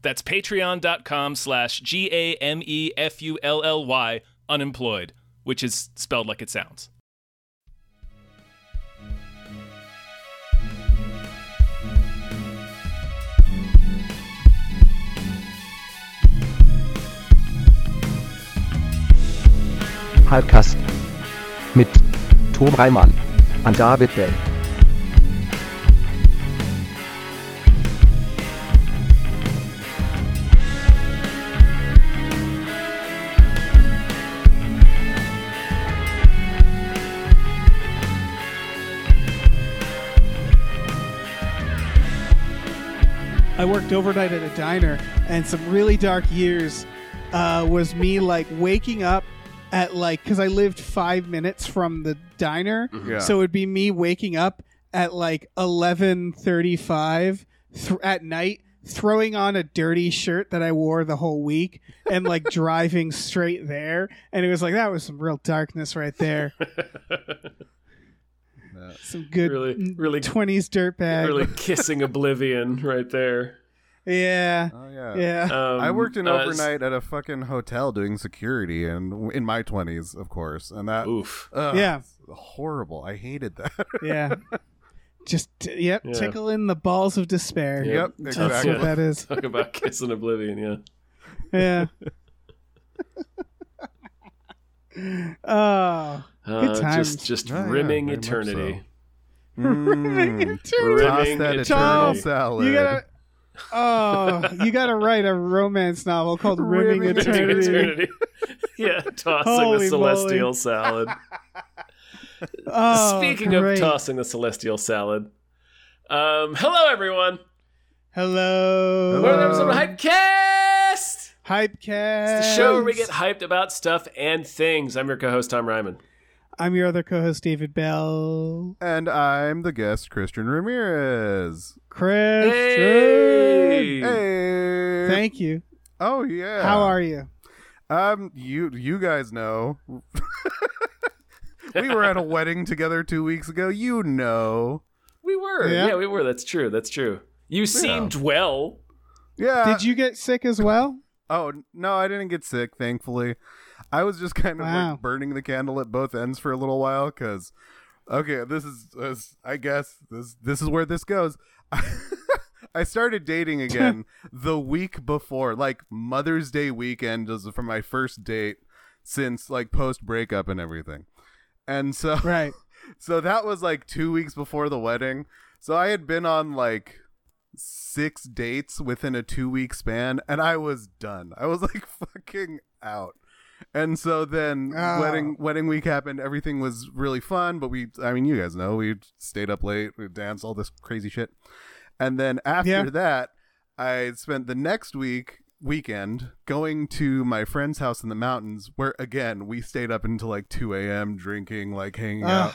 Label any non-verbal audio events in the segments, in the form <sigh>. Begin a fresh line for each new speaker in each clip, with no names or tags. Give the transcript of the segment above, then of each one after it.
That's patreon.com slash G A M E F U L L Y unemployed, which is spelled like it sounds.
Halbkast mit Tom Reimann an David Bell.
I worked overnight at a diner, and some really dark years uh, was me like waking up at like because I lived five minutes from the diner,
Mm-hmm.
Yeah.
so it'd be me waking up at like eleven thirty-five th- at night, throwing on a dirty shirt that I wore the whole week,
<laughs>
and like driving straight there, and it was like that was some real darkness right there. Some good
Really-
really-
twenties dirtbag.
Really kissing oblivion right there.
Yeah,
Oh yeah.
yeah.
Um,
I worked an
uh,
overnight at a fucking hotel doing security, and in my twenties, of course, and that.
Oof.
ugh,
Yeah.
Horrible. I hated that. <laughs>
yeah. <laughs> Just yep,
Yeah.
tickle in the balls of despair.
Yeah,
yep.
that's
That's
Exactly.
what that is.
Talk about kissing oblivion, yeah.
Yeah. oh,
Uh,
Good times.
Just, just
Oh, yeah,
rimming
very much
eternity.
<laughs>
Mm. Toss
Rimming
that
eternity.
eternal
Tom,
salad.
you gotta. Oh, you gotta write a romance novel called Rimming
Rimming
Rimming
Eternity.
<laughs> eternity. yeah, tossing
Holy
the
moly.
celestial salad.
Oh,
Speaking
great.
of tossing the celestial salad, um, hello everyone.
hello,
Welcome to
Hello.
episode of Hypecast.
Hypecast.
It's the show where we get hyped about stuff and things. I'm your co-host Tom Ryman.
I'm your other co-host David Bell.
and I'm the guest, Christian Ramirez.
Chris.
Hey.
Hey.
Thank you.
oh yeah.
How are you?
Um, you you guys know. <laughs> we were at a wedding together two weeks ago. You know.
We were, yeah.
Yeah.
we were. That's true. That's true. You seemed
<laughs>
well.
Yeah.
Did you get sick as well?
Oh n- no, I didn't get sick, thankfully. I was just <laughs> kind of
Wow.
like burning the candle at both ends for a little while because, okay, this is, this, I guess this this is where this goes. <laughs> I started dating again the week before, like Mother's Day weekend, was from my first date since like post breakup and everything, and so
Right.
so that was like two weeks before the wedding. So I had been on like six dates within a two week span, and I was done. I was like <laughs> fucking out. And so then
Oh.
wedding wedding week happened. Everything was really fun, but we I mean you guys know we stayed up late, we danced all this crazy shit. And then after
Yeah.
that, I spent the next week weekend going to my friend's house in the mountains, where again we stayed up until like two a.m. drinking, like hanging out.
Ugh.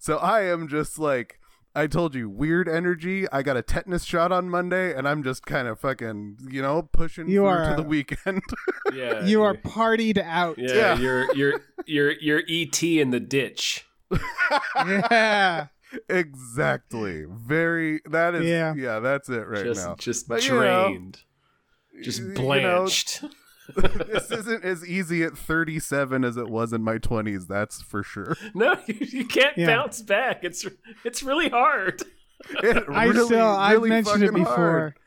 So I am just like I told you, weird energy. I got a tetanus shot on Monday, and I'm just kind of fucking, you know, pushing
You
through
are
to
a-
the weekend. <laughs>
Yeah,
You are partied out.
Yeah,
Yeah.
you're you're you're you're ET in the ditch.
<laughs> yeah.
exactly. Very. That is.
Yeah.
Yeah. that's it right
just
now.
just
But, you know,
drained, <laughs>
You
just
know,
blanched. <laughs>
this isn't as easy at 37 as it was in my 20s. That's
<laughs>
for sure. <laughs>
no, you, you can't
Yeah.
bounce back. It's it's really hard.
It
I
really,
still I've
really
mentioned it
fucking
before.
hard.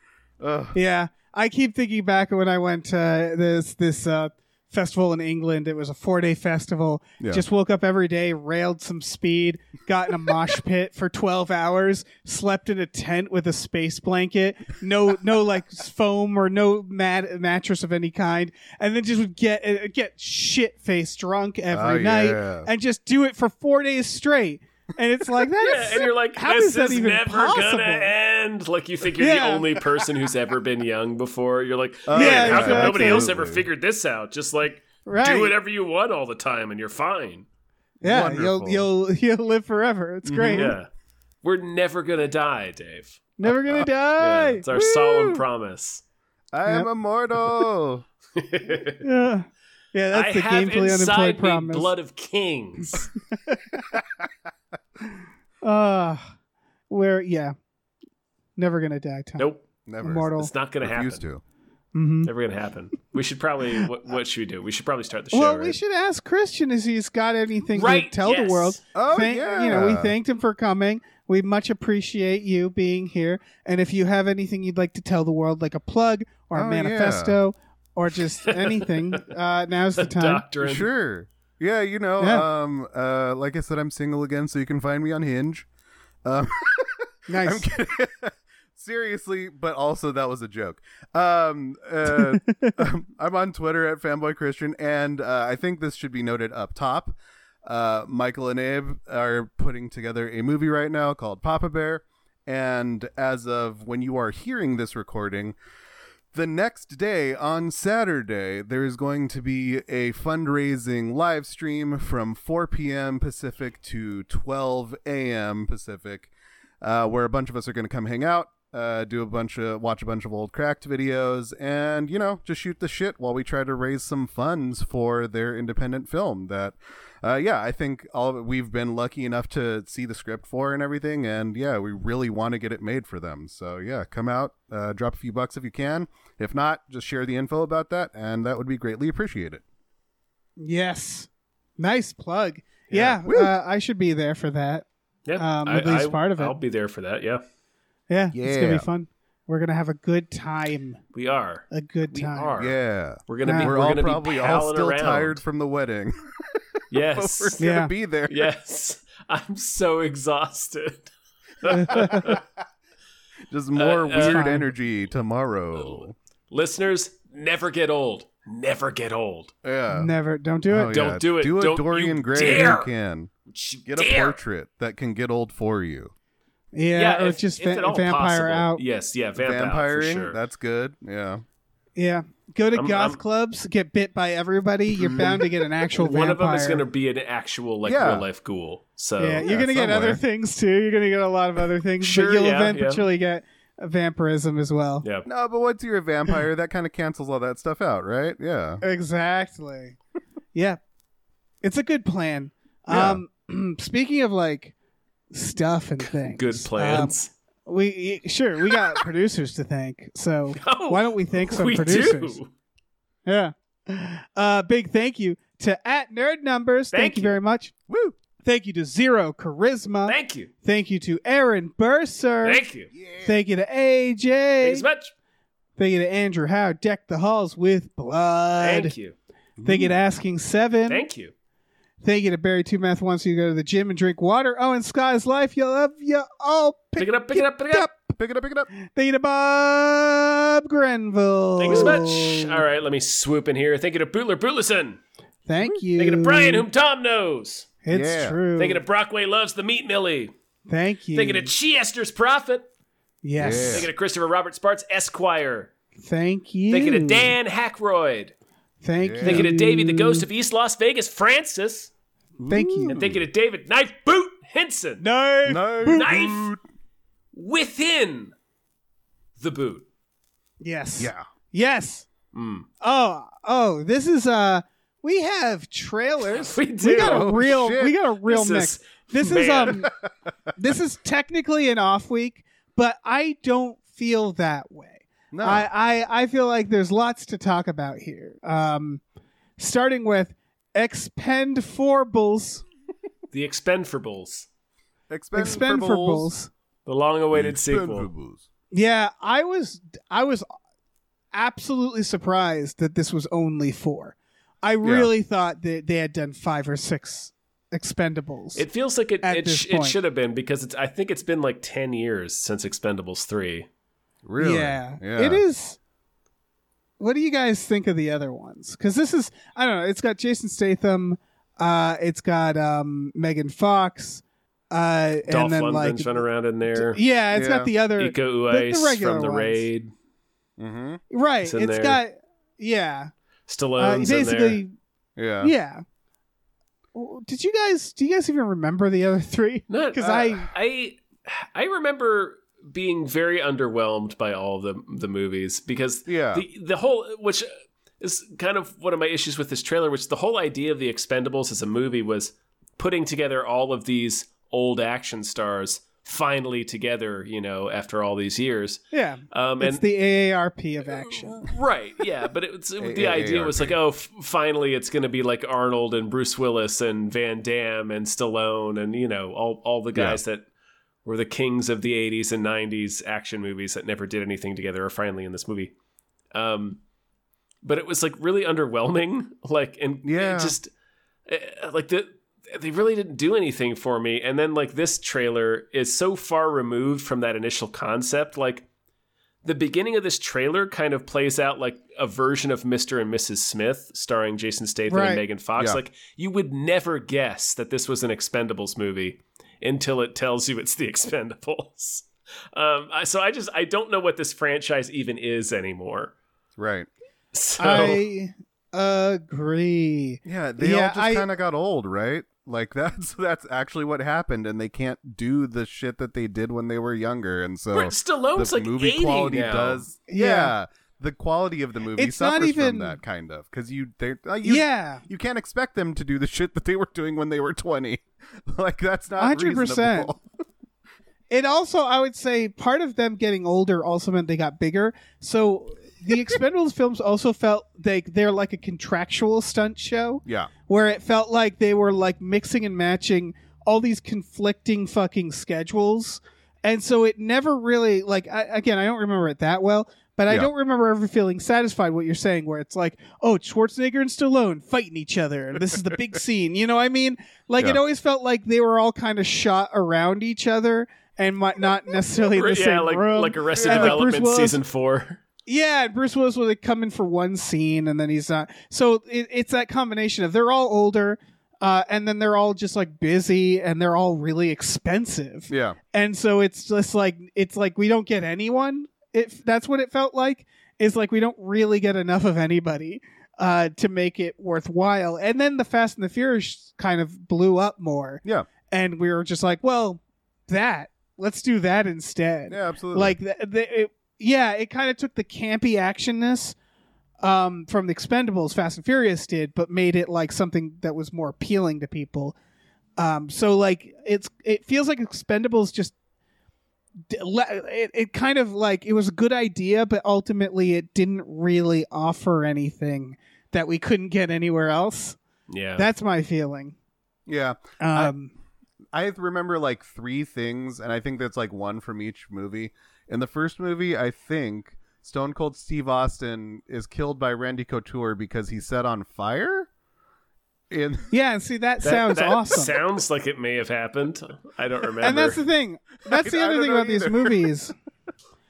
Ugh.
Yeah, I keep thinking back when I went to this this uh, festival in England. It was a four day festival.
Yeah.
Just woke up every day, railed some speed, got in a
<laughs>
mosh pit for twelve hours, slept in a tent with a space blanket, no no like foam or no mat- mattress of any kind, and then just would get uh, get shit faced drunk every
Oh,
night
yeah.
and just do it for four days straight. and it's like
Yeah, <laughs>
that's
and you're like,
how
this
is that even
never
possible?
gonna end. Like, you think you're
Yeah.
the only person who's ever been young before. You're like,
Oh,
man,
yeah,
how come nobody
exactly.
else ever figured this out? Just like,
right?
do whatever you want all the time, and you're fine.
yeah,
Wonderful.
you'll <laughs> you'll you'll live forever. It's great.
Mm-hmm. Yeah, we're never gonna die, Dave.
Never gonna
Yeah,
die.
it's our
Woo!
solemn promise.
I am
Yep. <laughs>
immortal.
Yeah, yeah, that's
I
the
have
gameplay
inside
unemployed
me
promise.
blood of
<laughs>
kings.
Uh, where yeah, never gonna die. Tom.
nope,
Never.
immortal.
it's not gonna happen.
Refuse to.
hmm
Never gonna happen. We should probably. What, what should we do? We should probably start the show.
Well,
right?
we should ask Christian if he's got anything
Right,
to tell
yes.
the world.
Oh
Thank-
yeah.
You know, we thanked him for coming. We much appreciate you being here. And if you have anything you'd like to tell the world, like a plug or a
Oh,
manifesto
<laughs>
or just anything, uh, now's the time.
Doctrine.
Sure. Yeah, you know,
Yeah.
um, uh, like I said, I'm single again, so you can find me on Hinge.
Nice.
Seriously, but also that was a joke. Um, uh, um, I'm on Twitter at fanboy Christian, and uh, I think this should be noted up top. Uh, Michael and Abe are putting together a movie right now called Papa Bear, and as of when you are hearing this recording, the next day on Saturday, there is going to be a fundraising live stream from 4 p.m. Pacific to 12 a.m. Pacific, uh, where a bunch of us are going to come hang out, uh, do a bunch of watch a bunch of old cracked videos, and you know just shoot the shit while we try to raise some funds for their independent film. That, uh, yeah, I think all of it, we've been lucky enough to see the script for and everything, and yeah, we really want to get it made for them. So yeah, come out, uh, drop a few bucks if you can. If not, just share the info about that, and that would be greatly appreciated.
yes. Nice plug.
Yeah.
Yeah. uh, I should be there for that.
Yeah,
Um,
I,
at least
I-
part of it.
I'll be there for that. Yeah,
Yeah. It's going to
Yeah.
be fun. We're going to have a good time.
we are.
A good
We
time.
are.
Yeah.
We're gonna be.
Nah.
We're,
We're, all
gonna
probably
be
all
palling
still
around.
tired from <laughs> the wedding.
Yes.
We're gonna
Yeah.
be there.
yes. <laughs> I'm so exhausted.
<laughs>
<laughs>
Just more
Uh, uh,
weird
Fine.
energy tomorrow.
Listeners, never get old. Never get old.
Yeah.
Never. Don't do it.
Oh,
Don't
yeah.
do it.
Do a
Don't
Dorian
you
Gray
dare.
if you can.
Sh-
Get a
dare.
portrait that can get old for you.
Yeah. or
if-
just
if
va-
at all
vampire
possible.
out.
Yes, yeah, vamp out for
Vampiring,
sure.
that's good. Yeah.
Yeah. Go to
I'm-
goth
I'm-
clubs, get bit by everybody.
<laughs>
You're bound to get an actual
One
vampire.
of them is going to be an actual like
Yeah.
real life ghoul. So
Yeah, you're gonna get
somewhere.
other things too. You're gonna get a lot of other things,
Sure,
but you'll
yeah, yeah.
eventually get a vampirism as well.
yeah.
No, but once you're a vampire, that kind of cancels all that stuff out, right? Yeah.
<laughs>
Exactly. yeah, it's a good plan.
Yeah.
Um, <clears throat> speaking of like stuff and things,
Good plans.
um, we y- sure
<laughs>
we got producers to thank, so
Oh,
why don't we thank some
we
producers?
do.
Yeah. Uh, big thank you to at Nerd Numbers. Thank,
Thank
you
you.
very much.
Woo!
Thank you to Zero Charisma.
Thank you.
Thank you to Aaron Burser.
Thank you.
Thank you to AJ.
Thanks much.
Thank you to Andrew Howe. Deck the halls with blood.
Thank you.
Thank you to Asking Seven.
Thank you.
Thank you to Barry Two Math One. So you go to the gym and drink water. Oh, and Sky's Life. You love you all.
Pick it up. Pick it up. Pick it up.
Pick it up, pick it up.
Thank you to Bob Grenville.
Thanks much. All right, let me swoop in here. Thank you to Bootler Bootlerson.
Thank you.
Thank you to Brian, whom Tom knows.
It's
Yeah.
true.
Thank you to Brockway Loves the Meat Millie.
Thank you.
Thank you to Chiester's Prophet.
Yes.
Thank you to Christopher Robert Sparts, Esquire.
Thank you.
Thank you to Dan Hackroyd.
Thank you.
Thank you to Davey, the ghost of East Las Vegas, Francis.
Thank you.
And thank you to David Knife Boot Henson.
No.
No.
Knife within the boot.
Yes.
Yeah.
Yes.
Mm.
Oh, oh, this is uh we have trailers.
<laughs> We do.
got a
Oh,
real
shit.
we got a real
This
mix.
is-
this
<laughs>
is um this is technically an off week, but I don't feel that way.
No.
I, I I feel like there's lots to talk about here. Um starting with expend forbles
The Expendables,
expend forbles.
the long-awaited sequel.
Yeah, I was I was absolutely surprised that this was only four. I really thought that they had done five or six expendables.
It feels like it
At
it,
this
sh- it
point.
should have been because it's, I think it's been like ten years since Expendables three.
Really?
Yeah.
yeah.
It is What do you guys think of the other ones? Cuz this is I don't know, it's got Jason Statham, uh it's got um Megan Fox, Uh,
Dolph
and then like,
Lundgren's running around in there.
yeah, it's
Yeah.
got the other
Iko
the- the
Uwais
regular
from the
ones.
raid.
Mm-hmm.
right.
it's
It's
in there.
got yeah. Uh,
Stallone's in there.
basically,
Yeah.
yeah. W- Did you guys? Do you guys even remember the other three? <laughs>
Not-
'Cause
uh,
I-
I I remember being very underwhelmed by all the the movies because
Yeah.
the the whole which is kind of one of my issues with this trailer, which the whole idea of the Expendables as a movie was putting together all of these old action stars finally together, you know, after all these years.
Yeah,
Um,
it's
and
the AARP of action.
right yeah but it's the idea was
AARP.
like oh f- finally it's going to be like arnold and bruce willis and van damme and stallone and you know all, all the guys that were the kings of the 80s and 90s action movies that never did anything together are finally in this movie um but it was like really underwhelming <laughs> like and
Yeah.
it just eh, like the they really didn't do anything for me and then like this trailer is so far removed from that initial concept like the beginning of this trailer kind of plays out like a version of Mr. and Mrs. Smith starring Jason Statham
Right.
and Megan Fox.
Yeah.
Like you would never guess that this was an Expendables movie until it tells you it's the Expendables. <laughs> Um, I- so I just I don't know what this franchise even is anymore. <laughs>
Right.
So
I agree.
Yeah. They all
Yeah,
just
I-
kind of got old, right? Like <laughs> that's that's actually what happened, and they can't do the shit that they did when they were younger, and so
Right, Stallone's
the
like
movie
80
quality
now.
does.
Yeah.
Yeah. The quality of the movie
It's not
suffers
even-
from that kind of because you they uh, you
yeah,
you can't expect them to do the shit that they were doing when they were 20 <laughs> like that's not
100%.
reasonable <laughs>
it also I would say part of them getting older also meant they got bigger. So the Expendables films also felt like they're like a contractual stunt show.
yeah
where it felt like they were like mixing and matching all these conflicting fucking schedules. And so it never really like I, again, I don't remember it that well, but I
Yeah.
don't remember ever feeling satisfied what you're saying where it's like, "Oh, Schwarzenegger and Stallone fighting each other and this is the
<laughs>
big scene." You know what I mean? Like it
Yeah.
always felt like they were all kind of shot around each other and mi-
<laughs>
not necessarily in the
yeah,
same
like
room.
like Arrested
And, like, Bruce
Development
Willis-
season four.
Yeah, and Bruce Willis would come in for one scene and then he's not. So it, it's that combination of they're all older, uh, and then they're all just like busy and they're all really expensive,
yeah
and so it's just like it's like we don't get anyone. If that's what it felt like, is like we don't really get enough of anybody uh, to make it worthwhile. And then the Fast and the Furious kind of blew up more.
Yeah.
and we were just like, well, that let's do that instead
yeah absolutely
like th th it, yeah it kind of took the campy actionness um, from the expendables fast and furious did but made it like something that was more appealing to people um, so like it's it feels like expendables just d- le- it, it kind of like it was a good idea but ultimately it didn't really offer anything that we couldn't get anywhere else
Yeah.
that's my feeling
yeah
um,
i remember like three things and i think that's like one from each movie in the first movie i think stone cold steve austin is killed by randy couture because he's set on fire in
yeah see that,
That-
sounds
that
awesome
Sounds like it may have happened. I don't remember.
And that's the thing. That's the
<laughs> I
other
don't
thing
know
about these
either.
movies.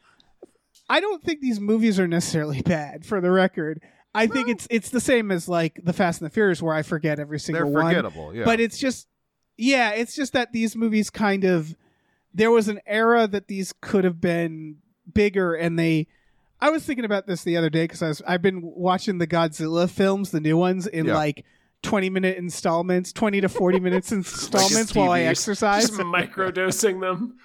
<laughs>
I don't think these movies are necessarily <laughs> bad. For the record, I think it's it's the same as like the Fast and the Furious, where I forget every
they're
single one.
forgettable yeah
But it's just, yeah, it's just that these movies kind of there was an era that these could have been bigger, and they. I was thinking about this the other day because I was I've been watching the Godzilla films, the new ones, in
Yeah.
like. 20 minute installments 20 to 40
<laughs>
minutes
Like, just
installments while i
TV,
exercise
Just <laughs> microdosing them.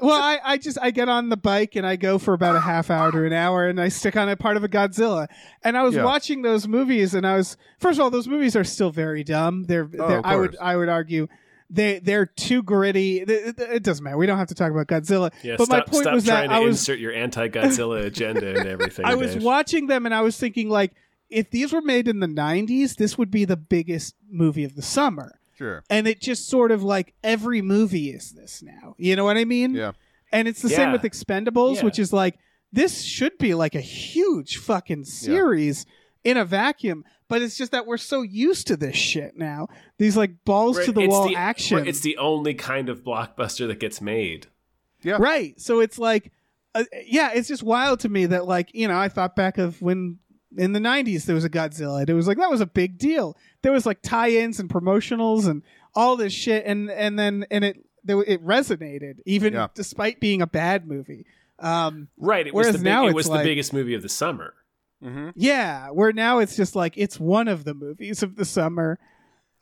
well, I, I just I get on the bike and I go for about a half hour to an hour and I stick on a part of a Godzilla. And I was
Yeah.
watching those movies and I was first of all, those movies are still very dumb. They're,
Oh,
they're
of
I would
course.
I would argue they they're too gritty. Th- th- It doesn't matter. We don't have to talk about Godzilla.
Yeah,
but
stop,
my point
stop
was
trying
that
to
I was
insert your anti-Godzilla agenda and everything.
<laughs> I was
Dave.
watching them and I was thinking like if these were made in the 90s, this would be the biggest movie of the summer.
sure
And it just sort of like every movie is this now. You know what I mean?
yeah
And it's the
Yeah.
same with Expendables,
Yeah.
which is like this should be like a huge fucking series in a vacuum, but it's just that we're so used to this shit now. These like balls
Right,
to the
it's
wall
the-
action.
It's the only kind of blockbuster that gets made.
<laughs> right. So it's like uh, yeah, it's just wild to me that like, you know, I thought back of when in the 90s there was a Godzilla. and It was like that was a big deal. There was like tie-ins and promotionals and all this shit and and then and it there, w- it resonated even
Yeah.
despite being a bad movie. Um,
Right. It was
Whereas
the big,
now
it
it's
was the
like-
biggest movie of the summer.
Mm-hmm.
yeah, where now it's just like it's one of the movies of the summer.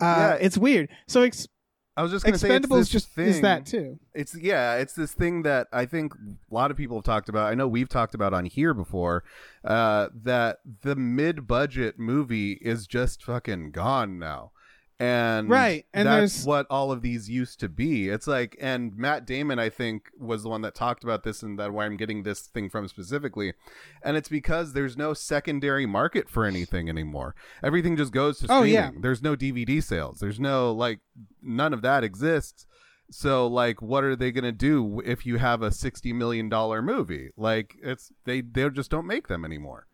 Uh,
Yeah.
It's weird. So ex-
I was just going to say, it's
Expendables
this
just
thing.
is that too.
It's yeah, it's this thing that I think a lot of people have talked about. I know we've talked about on here before uh, that the mid-budget movie is just fucking gone now, and
Right, and
that's
there's-
what all of these used to be. It's like, and Matt Damon, I think, was the one that talked about this, and that where I'm getting this thing from specifically, and it's because there's no secondary market for anything anymore. Everything just goes to
Oh,
streaming.
yeah.
There's no DVD sales. There's no like none of that exists. So like what are they going to do if you have a 60 million dollar movie? Like it's they they just don't make them anymore.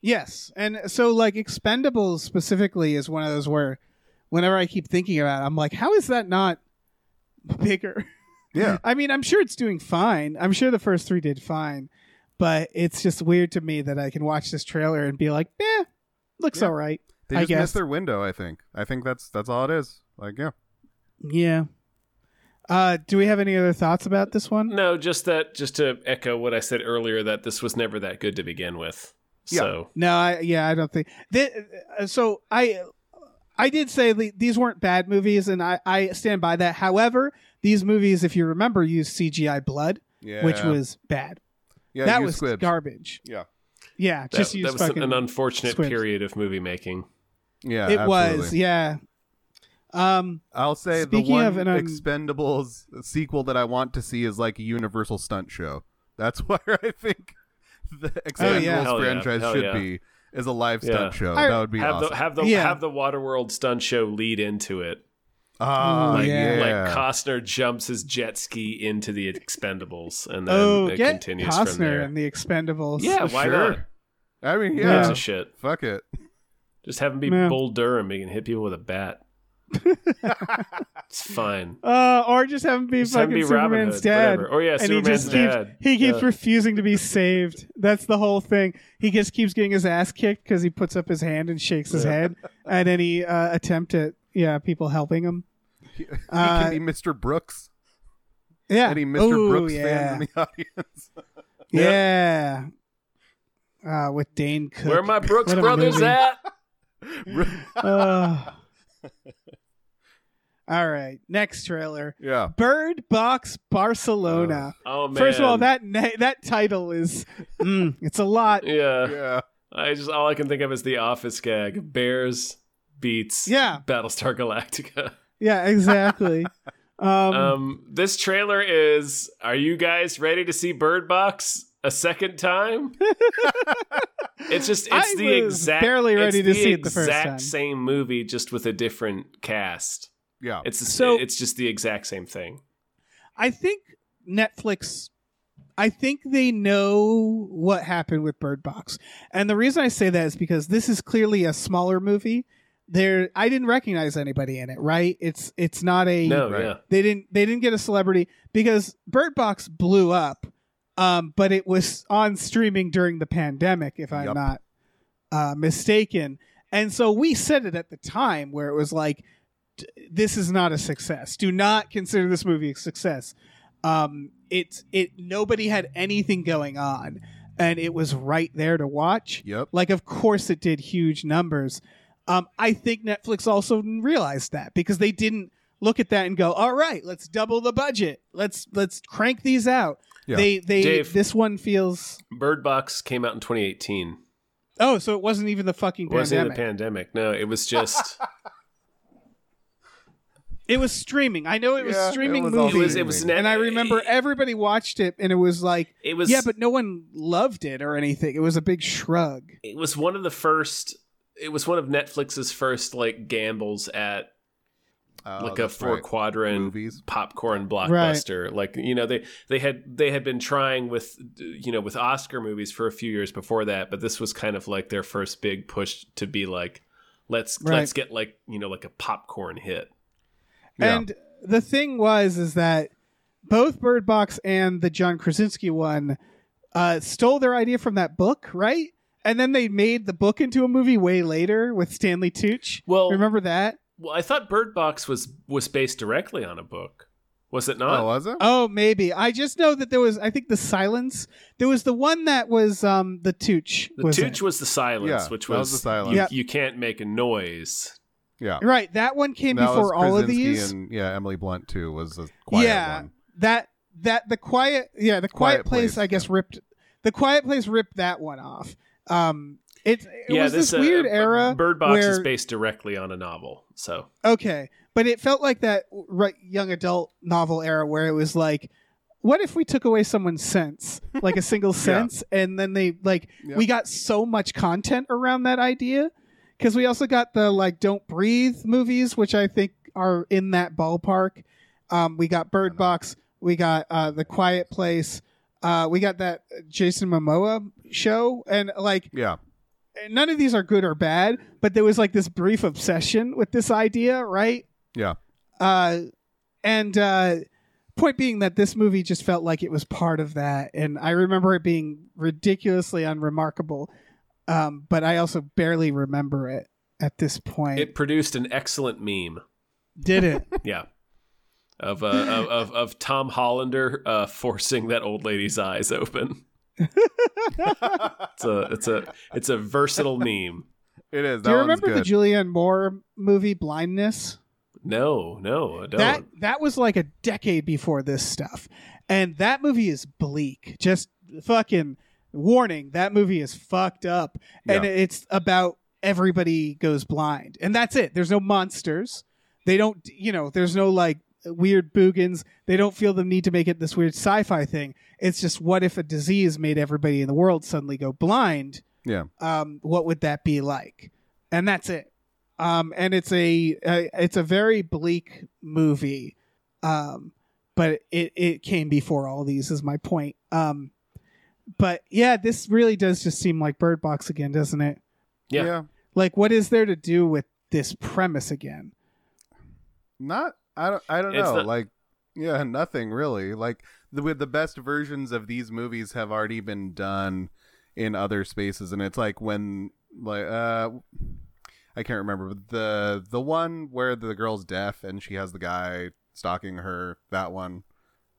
Yes, and so like Expendables specifically is one of those where, whenever I keep thinking about, it, I'm like, how is that not bigger? <laughs>
Yeah.
I mean, I'm sure it's doing fine. I'm sure the first three did fine, but it's just weird to me that I can watch this trailer and be like, eh, looks
Yeah.
all right.
They
I
just
guess.
missed their window, I think. I think that's that's all it is. Like yeah.
Yeah. Uh, do we have any other thoughts about this one?
No, just that. Just to echo what I said earlier, that this was never that good to begin with.
Yeah.
So
No, I, yeah, I don't think. Th- uh, so I, I did say the, these weren't bad movies, and I, I stand by that. However, these movies, if you remember, used CGI blood,
Yeah.
which was bad.
yeah,
that
use
was
squibs.
garbage.
Yeah.
Yeah,
that,
just
that
use
was
fucking
an unfortunate
squibs.
period of movie making.
Yeah.
it was,
absolutely.
yeah. Um,
I'll say the
Speaking
one
of an un-
Expendables sequel that I want to see is like a Universal stunt show. That's <laughs> where I think the Expendables
Oh, yeah.
Hell yeah,
franchise
hell
should
yeah.
be is a live
Yeah.
stunt show.
I-
that would be
have
awesome.
the have the
Yeah.
have the Waterworld stunt show lead into it.
Ah,
Like-
yeah.
Mm, Like Costner jumps his jet ski into the Expendables, and then
oh,
it
get
continues
Costner
from there.
and the Expendables.
Yeah, why
Sure.
not?
I mean,
Who gives
yeah.
a shit?
Fuck it.
Just have him be
Yeah.
Bull Durham. He can hit people with a bat.
<laughs>
it's fine.
Uh, or just have him be
Just have
fucking
him be Robin
Superman's
Hood.
dad.
Whatever. Or yeah,
and he
Superman's
just keeps
dad.
he keeps
Yeah.
refusing to be saved. That's the whole thing. He just keeps getting his ass kicked because he puts up his hand and shakes his
Yeah.
<laughs>
head at any uh, attempt at yeah people helping him.
He, <laughs> he
Uh,
can be Mr. Brooks.
Yeah,
Any Mr.
Ooh,
Brooks
yeah.
fans in the <laughs> audience?
Yeah, uh, with Dane Cook.
Where
<laughs>
my Brooks
What a
brothers
movie.
at?
<laughs>
Ugh. all right, next trailer.
yeah.
Bird Box Barcelona.
Oh man.
First of all, that na- that title
<laughs>
is mm, it's a lot.
yeah.
Yeah.
I just all I can think of is the Office gag. Bears beats
Yeah,
Battlestar Galactica.
yeah, exactly. um,
Um, this trailer is. Are you guys ready to see Bird Box a second
<laughs>
time? it's just. It's
I
the
was
exact.
barely
it's
ready
the
to see it the first
exact
time.
Same movie, just with a different cast.
Yeah.
It's the-
So-
it's just the exact same thing.
I think Netflix. I think they know what happened with Bird Box, and the reason I say that is because this is clearly a smaller movie. There, I didn't recognize anybody in it. Right? It's it's not a
No,
Right.
yeah,
they didn't they didn't get a celebrity because Bird Box blew up, um, but it was on streaming during the pandemic, if I'm
Yup.
not uh, mistaken. And so we said it at the time where it was like, "D- this is not a success. Do not consider this movie a success. Um, it it nobody had anything going on, and it was right there to watch.
Yep.
Like, of course, it did huge numbers. Um, I think Netflix also realized that because they didn't look at that and go, "All right, let's double the budget. Let's let's crank these out."
Yeah.
They they
Dave.
this one feels
Bird Box came out in 2018.
oh, so it wasn't even the fucking
It wasn't the
pandemic.
pandemic. No, it was
<laughs>
just
it was streaming. I know it was
Yeah, it
streaming
was all
it
movies,
was it was net-
and I remember everybody watched it, and it was like,
it was
yeah, but no one loved it or anything. It was a big shrug.
it was one of the first it was one of Netflix's first like gambles at
Oh,
like a
that's
four
right.
quadrant
Movies.
popcorn blockbuster like you know they they had they had been trying with you know with Oscar movies for a few years before that but this was kind of like their first big push to be like let's
Right.
let's get like you know like a popcorn hit
Yeah.
And the thing was is that both Bird Box and the John Krasinski one uh, stole their idea from that book, right? And then they made the book into a movie way later with Stanley Tucci.
Well-
remember that?
well I thought Bird Box was was based directly on a book Was it
Oh,
not?
was it?
Oh, maybe. I just know that there was. I think the silence. There was the one that was um the Tooch.
the
was
Tooch
it?
was the silence,
Yeah,
which
that was
was,
the silence.
You,
Yeah.
you can't make a noise.
yeah.
right. That one came
That was
before all of
Krasinski
these.
And, yeah, Emily Blunt too was a quiet
yeah,
one.
that that the quiet. Yeah, the quiet,
Quiet
place,
Place,
I guess ripped. The quiet place ripped that one off. Um, it, it
yeah,
was this,
uh,
weird
B-
era.
Bird Box is
where-
based directly on a novel, so
Okay, but it felt like that right young adult novel era where it was like, what if we took away someone's sense, like a single sense, and then they like
Yeah.
we got so much content around that idea because we also got the like don't breathe movies, which I think are in that ballpark. Um, we got Bird Box, we got uh, the Quiet Place, uh, we got that Jason Momoa show, and like
Yeah.
none of these are good or bad, but there was like this brief obsession with this idea, right?
Yeah.
Uh, and uh, point being that this movie just felt like it was part of that, and I remember it being ridiculously unremarkable, um, but I also barely remember it at this point.
it produced an excellent meme.
Did
<laughs>
it?
Yeah. Of,
<laughs>
uh, of, of of Tom Hollander uh, forcing that old lady's eyes open. it's a it's a it's a versatile meme.
It is. That
Do you
one's
remember the
good.
Julianne Moore movie Blindness?
No, no, I don't.
That that was like a decade before this stuff, and that movie is bleak. Just fucking warning. That movie is fucked up, and
Yeah.
it's about everybody goes blind, and that's it. There's no monsters. They don't. You know. There's no like weird boogans. They don't feel the need to make it this weird sci-fi thing. It's just what if a disease made everybody in the world suddenly go blind?
Yeah.
um, what would that be like? And that's it. Um, and it's a, a it's a very bleak movie, um, but it it came before all these is my point. Um, but yeah, this really does just seem like Bird Box again, doesn't it?
Yeah.
Like, what is there to do with this premise again?
Not. I don't. I don't
It's
know.
not-
like. Yeah. <laughs> Nothing really. Like the with the best versions of these movies have already been done in other spaces, and it's like when like uh. I can't remember but the the one where the girl's deaf and she has the guy stalking her. That one,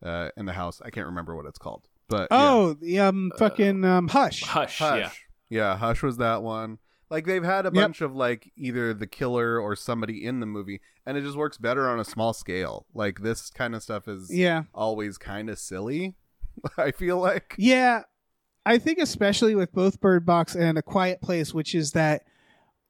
uh, in the house. I can't remember what it's called, but yeah.
Oh, the um fucking um hush.
Hush, yeah.
Hush. Yeah. Hush was that one. Like they've had a
Yep.
bunch of like either the killer or somebody in the movie, and it just works better on a small scale. Like this kind of stuff is
Yeah,
always kind of silly. <laughs> I feel like
Yeah, I think especially with both Bird Box and A Quiet Place, which is that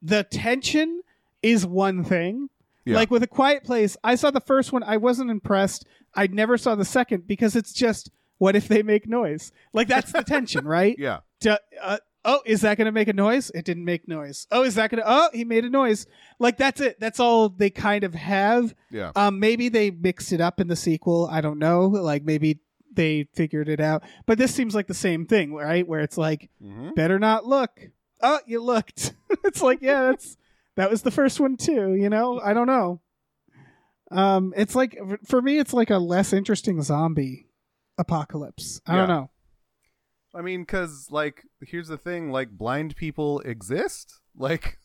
the tension is one thing.
Yeah.
Like with A Quiet Place, I saw the first one, I wasn't impressed. I never saw the second because it's just what if they make noise? Like that's the
<laughs>
tension, right?
yeah,
Du- uh, oh, is that going to make a noise? It didn't make noise. Oh, is that going to? Oh, he made a noise. Like that's it. That's all they kind of have.
yeah,
Um, maybe they mixed it up in the sequel. I don't know. Like maybe they figured it out. But this seems like the same thing, right? Where it's like,
hmm
better not look. Oh, you looked. <laughs> it's like, yeah, that's that was the first one too. You know, I don't know. Um, it's like for me, it's like a less interesting zombie apocalypse. I don't
Yeah.
know.
I mean, because like here's the thing: like blind people exist. <laughs> Like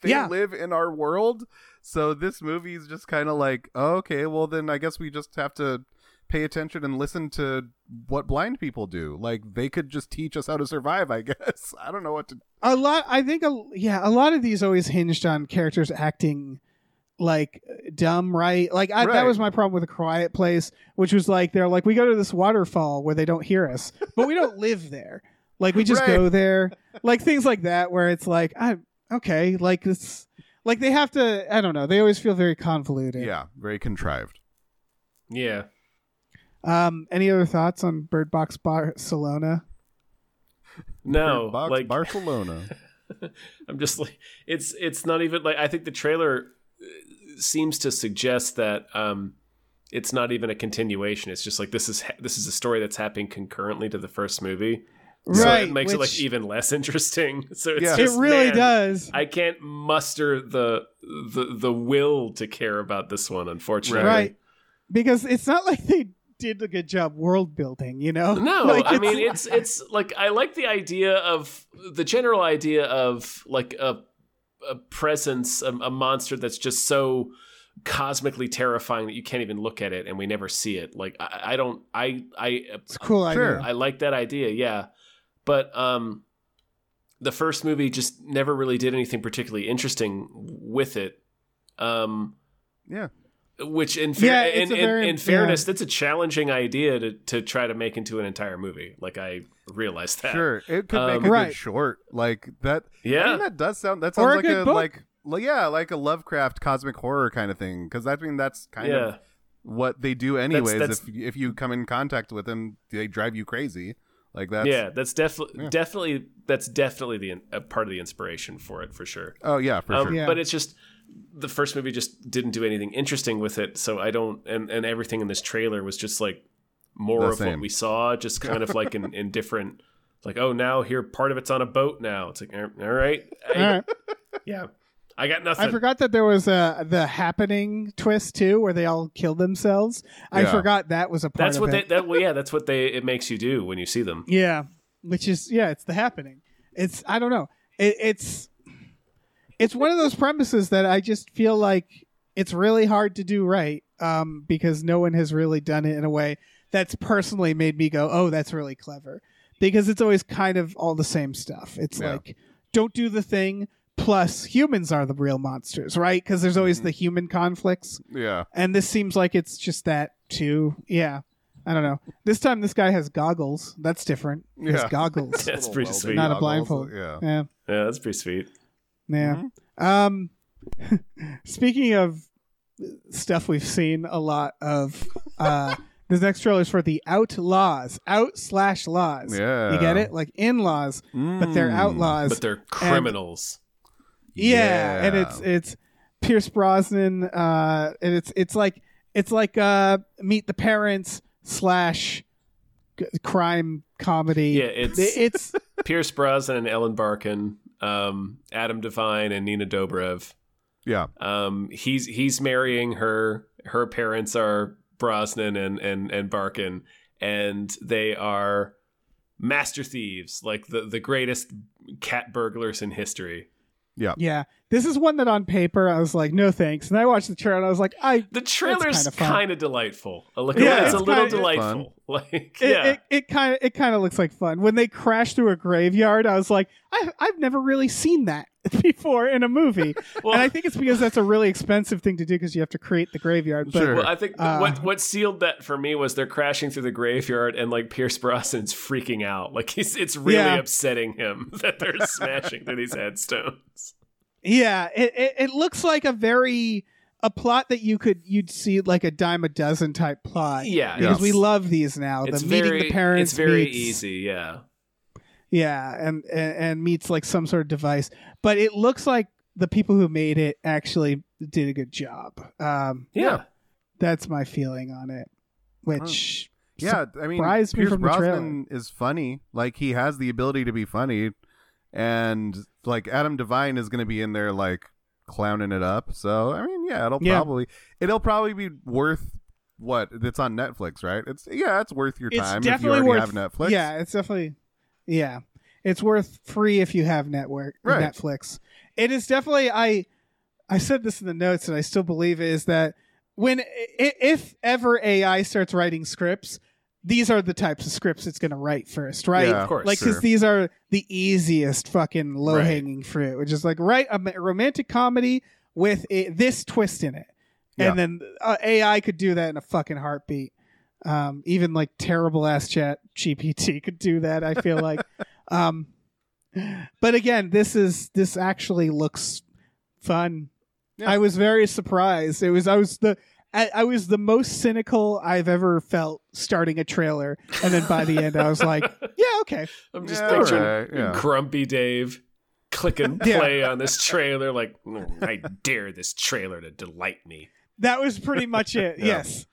they
Yeah.
live in our world. So this movie is just kind of like, oh, okay, well then I guess we just have to pay attention and listen to what blind people do. Like they could just teach us how to survive. I <laughs> guess I don't know what to.
a lot i think a, yeah a lot of these always hinged on characters acting like dumb right like I,
Right.
that was my problem with a quiet place which was like they're like we go to this waterfall where they don't hear us but we don't live there like we just
Right.
go there like things like that where it's like i okay like it's like they have to i don't know they always feel very convoluted
Yeah, very contrived.
Yeah.
um any other thoughts on bird box barcelona
No,
Bird Box
like
Barcelona.
I'm just like it's it's not even like I think the trailer uh, seems to suggest that um it's not even a continuation. It's just like this is ha- this is a story that's happening concurrently to the first movie. So
right
it makes it like
which-
even less interesting. <laughs> So it's
Yeah.
it
just,
really
man,
does
I can't muster the the the will to care about this one, unfortunately.
right because it's not like they did a good job world building you
<laughs>
know
No,
<laughs> Like,
I mean it's it's like I like the idea of the general idea of like a a presence, a, a monster that's just so cosmically terrifying that you can't even look at it and we never see it. Like I, I don't I I
It's a cool
Sure.
idea.
I like that idea, yeah. But um the first movie just never really did anything particularly interesting with it. Um
Yeah.
Which in
Yeah,
fair, in,
it's a
in,
very-
in fairness, that's a challenging idea to, to try to make into an entire movie. Like I realized that.
Sure, it could make
Um,
a
Right.
good short like that. I
Yeah.
mean, that does sound. That
Or
sounds
a
like
good
a
book.
like like yeah, like a Lovecraft cosmic horror kind of thing. Because I mean, that's kind
yeah.
of what they do anyways.
that's-
if if you come in contact with them, they drive you crazy. Like that's
yeah, that's definitely
yeah.
definitely that's definitely the in- a part of the inspiration for it for sure.
Oh yeah, for
Um,
sure.
Yeah.
But it's just the first movie just didn't do anything interesting with it, so I don't. And and everything in this trailer was just like more
The
of what
same.
we saw, just kind
<laughs>
of like in, in different. Like oh now here part of it's on a boat now. It's like "Er, all right,
All <laughs> right.
yeah, I got nothing.
I forgot that there was a the happening twist too, where they all kill themselves. I
Yeah.
forgot that was a part
that's
of
what
it.
they that well yeah that's what they it makes you do when you see them.
yeah, which is yeah, it's the happening. It's I don't know. It, it's it's one of those premises that I just feel like it's really hard to do right um, because no one has really done it in a way that's personally made me go, oh, that's really clever. Because it's always kind of all the same stuff. It's
Yeah.
like, don't do the thing. Plus, humans are the real monsters, right? Because there's always the human conflicts.
Yeah,
And this seems like it's just that too. Yeah. I don't know. This time this guy has goggles. That's different. He has
<laughs> Yeah.
goggles.
That's pretty
Little
sweet.
welding
Not a
goggles.
blindfold.
Yeah.
yeah.
Yeah, that's pretty sweet.
Yeah.
Mm-hmm.
Um <laughs> speaking of stuff we've seen a lot of uh <laughs> this next trailer is for the outlaws. Out slash laws.
Yeah.
You get it? Like in laws, but they're
Mm.
outlaws.
But they're criminals.
yeah. and
Yeah.
it's it's Pierce Brosnan, uh, and it's it's like it's like uh, Meet the Parents slash g- crime comedy.
yeah, it's
it's
<laughs> Pierce Brosnan and Ellen Barkin, um, Adam Devine and Nina Dobrev.
Yeah.
Um, he's he's marrying her. Her parents are Brosnan and and and Barkin, and they are master thieves, like the the greatest cat burglars in history.
yeah. This is one that on paper I was like, no thanks, and I watched the trailer and I was like, I.
The trailer's
kinda fun.
kind of delightful. A little,
Yeah,
it's, a
it's
little
kinda-
it's fun.
delightful. <laughs> Like
It,
yeah,
it, it kind of it kind of looks like fun when they crash through a graveyard. I was like, I, I've never really seen that <laughs> before in a movie,
Well-
and I think it's because that's a really expensive thing to do because you have to create the graveyard. But
Sure.
Well, I think th-
Uh,
what what sealed that for me was they're crashing through the graveyard and like Pierce Brosnan's freaking out. Like he's it's really
Yeah.
upsetting him <laughs> that they're smashing through these headstones.
Yeah, it, it, it looks like a very a plot that you could you'd see like a dime a dozen type plot.
Yeah,
because
it's-
we love these now.
It's
the
very
meeting the parents.
It's very
meets-
easy. Yeah,
Yeah, and, and and meets like some sort of device, but it looks like the people who made it actually did a good job. Um,
yeah.
that's my feeling on it. Which
Yeah, I mean,
surprised me
Pierce
from the
Brosnan is funny. Like he has the ability to be funny, and like Adam Devine is going to be in there like clowning it up. So I mean, yeah, it'll
Yeah.
probably it'll probably be worth what it's on Netflix, right? It's yeah, it's worth your
it's
time
definitely
if you already
worth
have Netflix.
Yeah, it's definitely yeah. It's worth free if you have network
Right.
Netflix. It is definitely I I said this in the notes and I still believe it is that when i- if ever AI starts writing scripts, these are the types of scripts it's going to write first, right?
Yeah,
Of course.
Like, because
sure.
these are the easiest fucking low hanging fruit, which is like write a m- romantic comedy with a, this twist in it,
Yeah.
and then uh, AI could do that in a fucking heartbeat. Um, even like terrible ass chat GPT <laughs> could do that. I feel
<laughs>
like, um, but again, this is this actually looks fun.
Yeah.
I was very surprised. It was I was the I, I was the most cynical I've ever felt starting a trailer, and then by the end, I was
<laughs>
like, yeah, okay.
I'm just
Yeah,
picturing
alright, yeah.
grumpy Dave clicking
Yeah.
play on this trailer. Like "Mm, I dare this trailer to delight me,
That was
<laughs>
pretty much it.
Yeah.
Yes.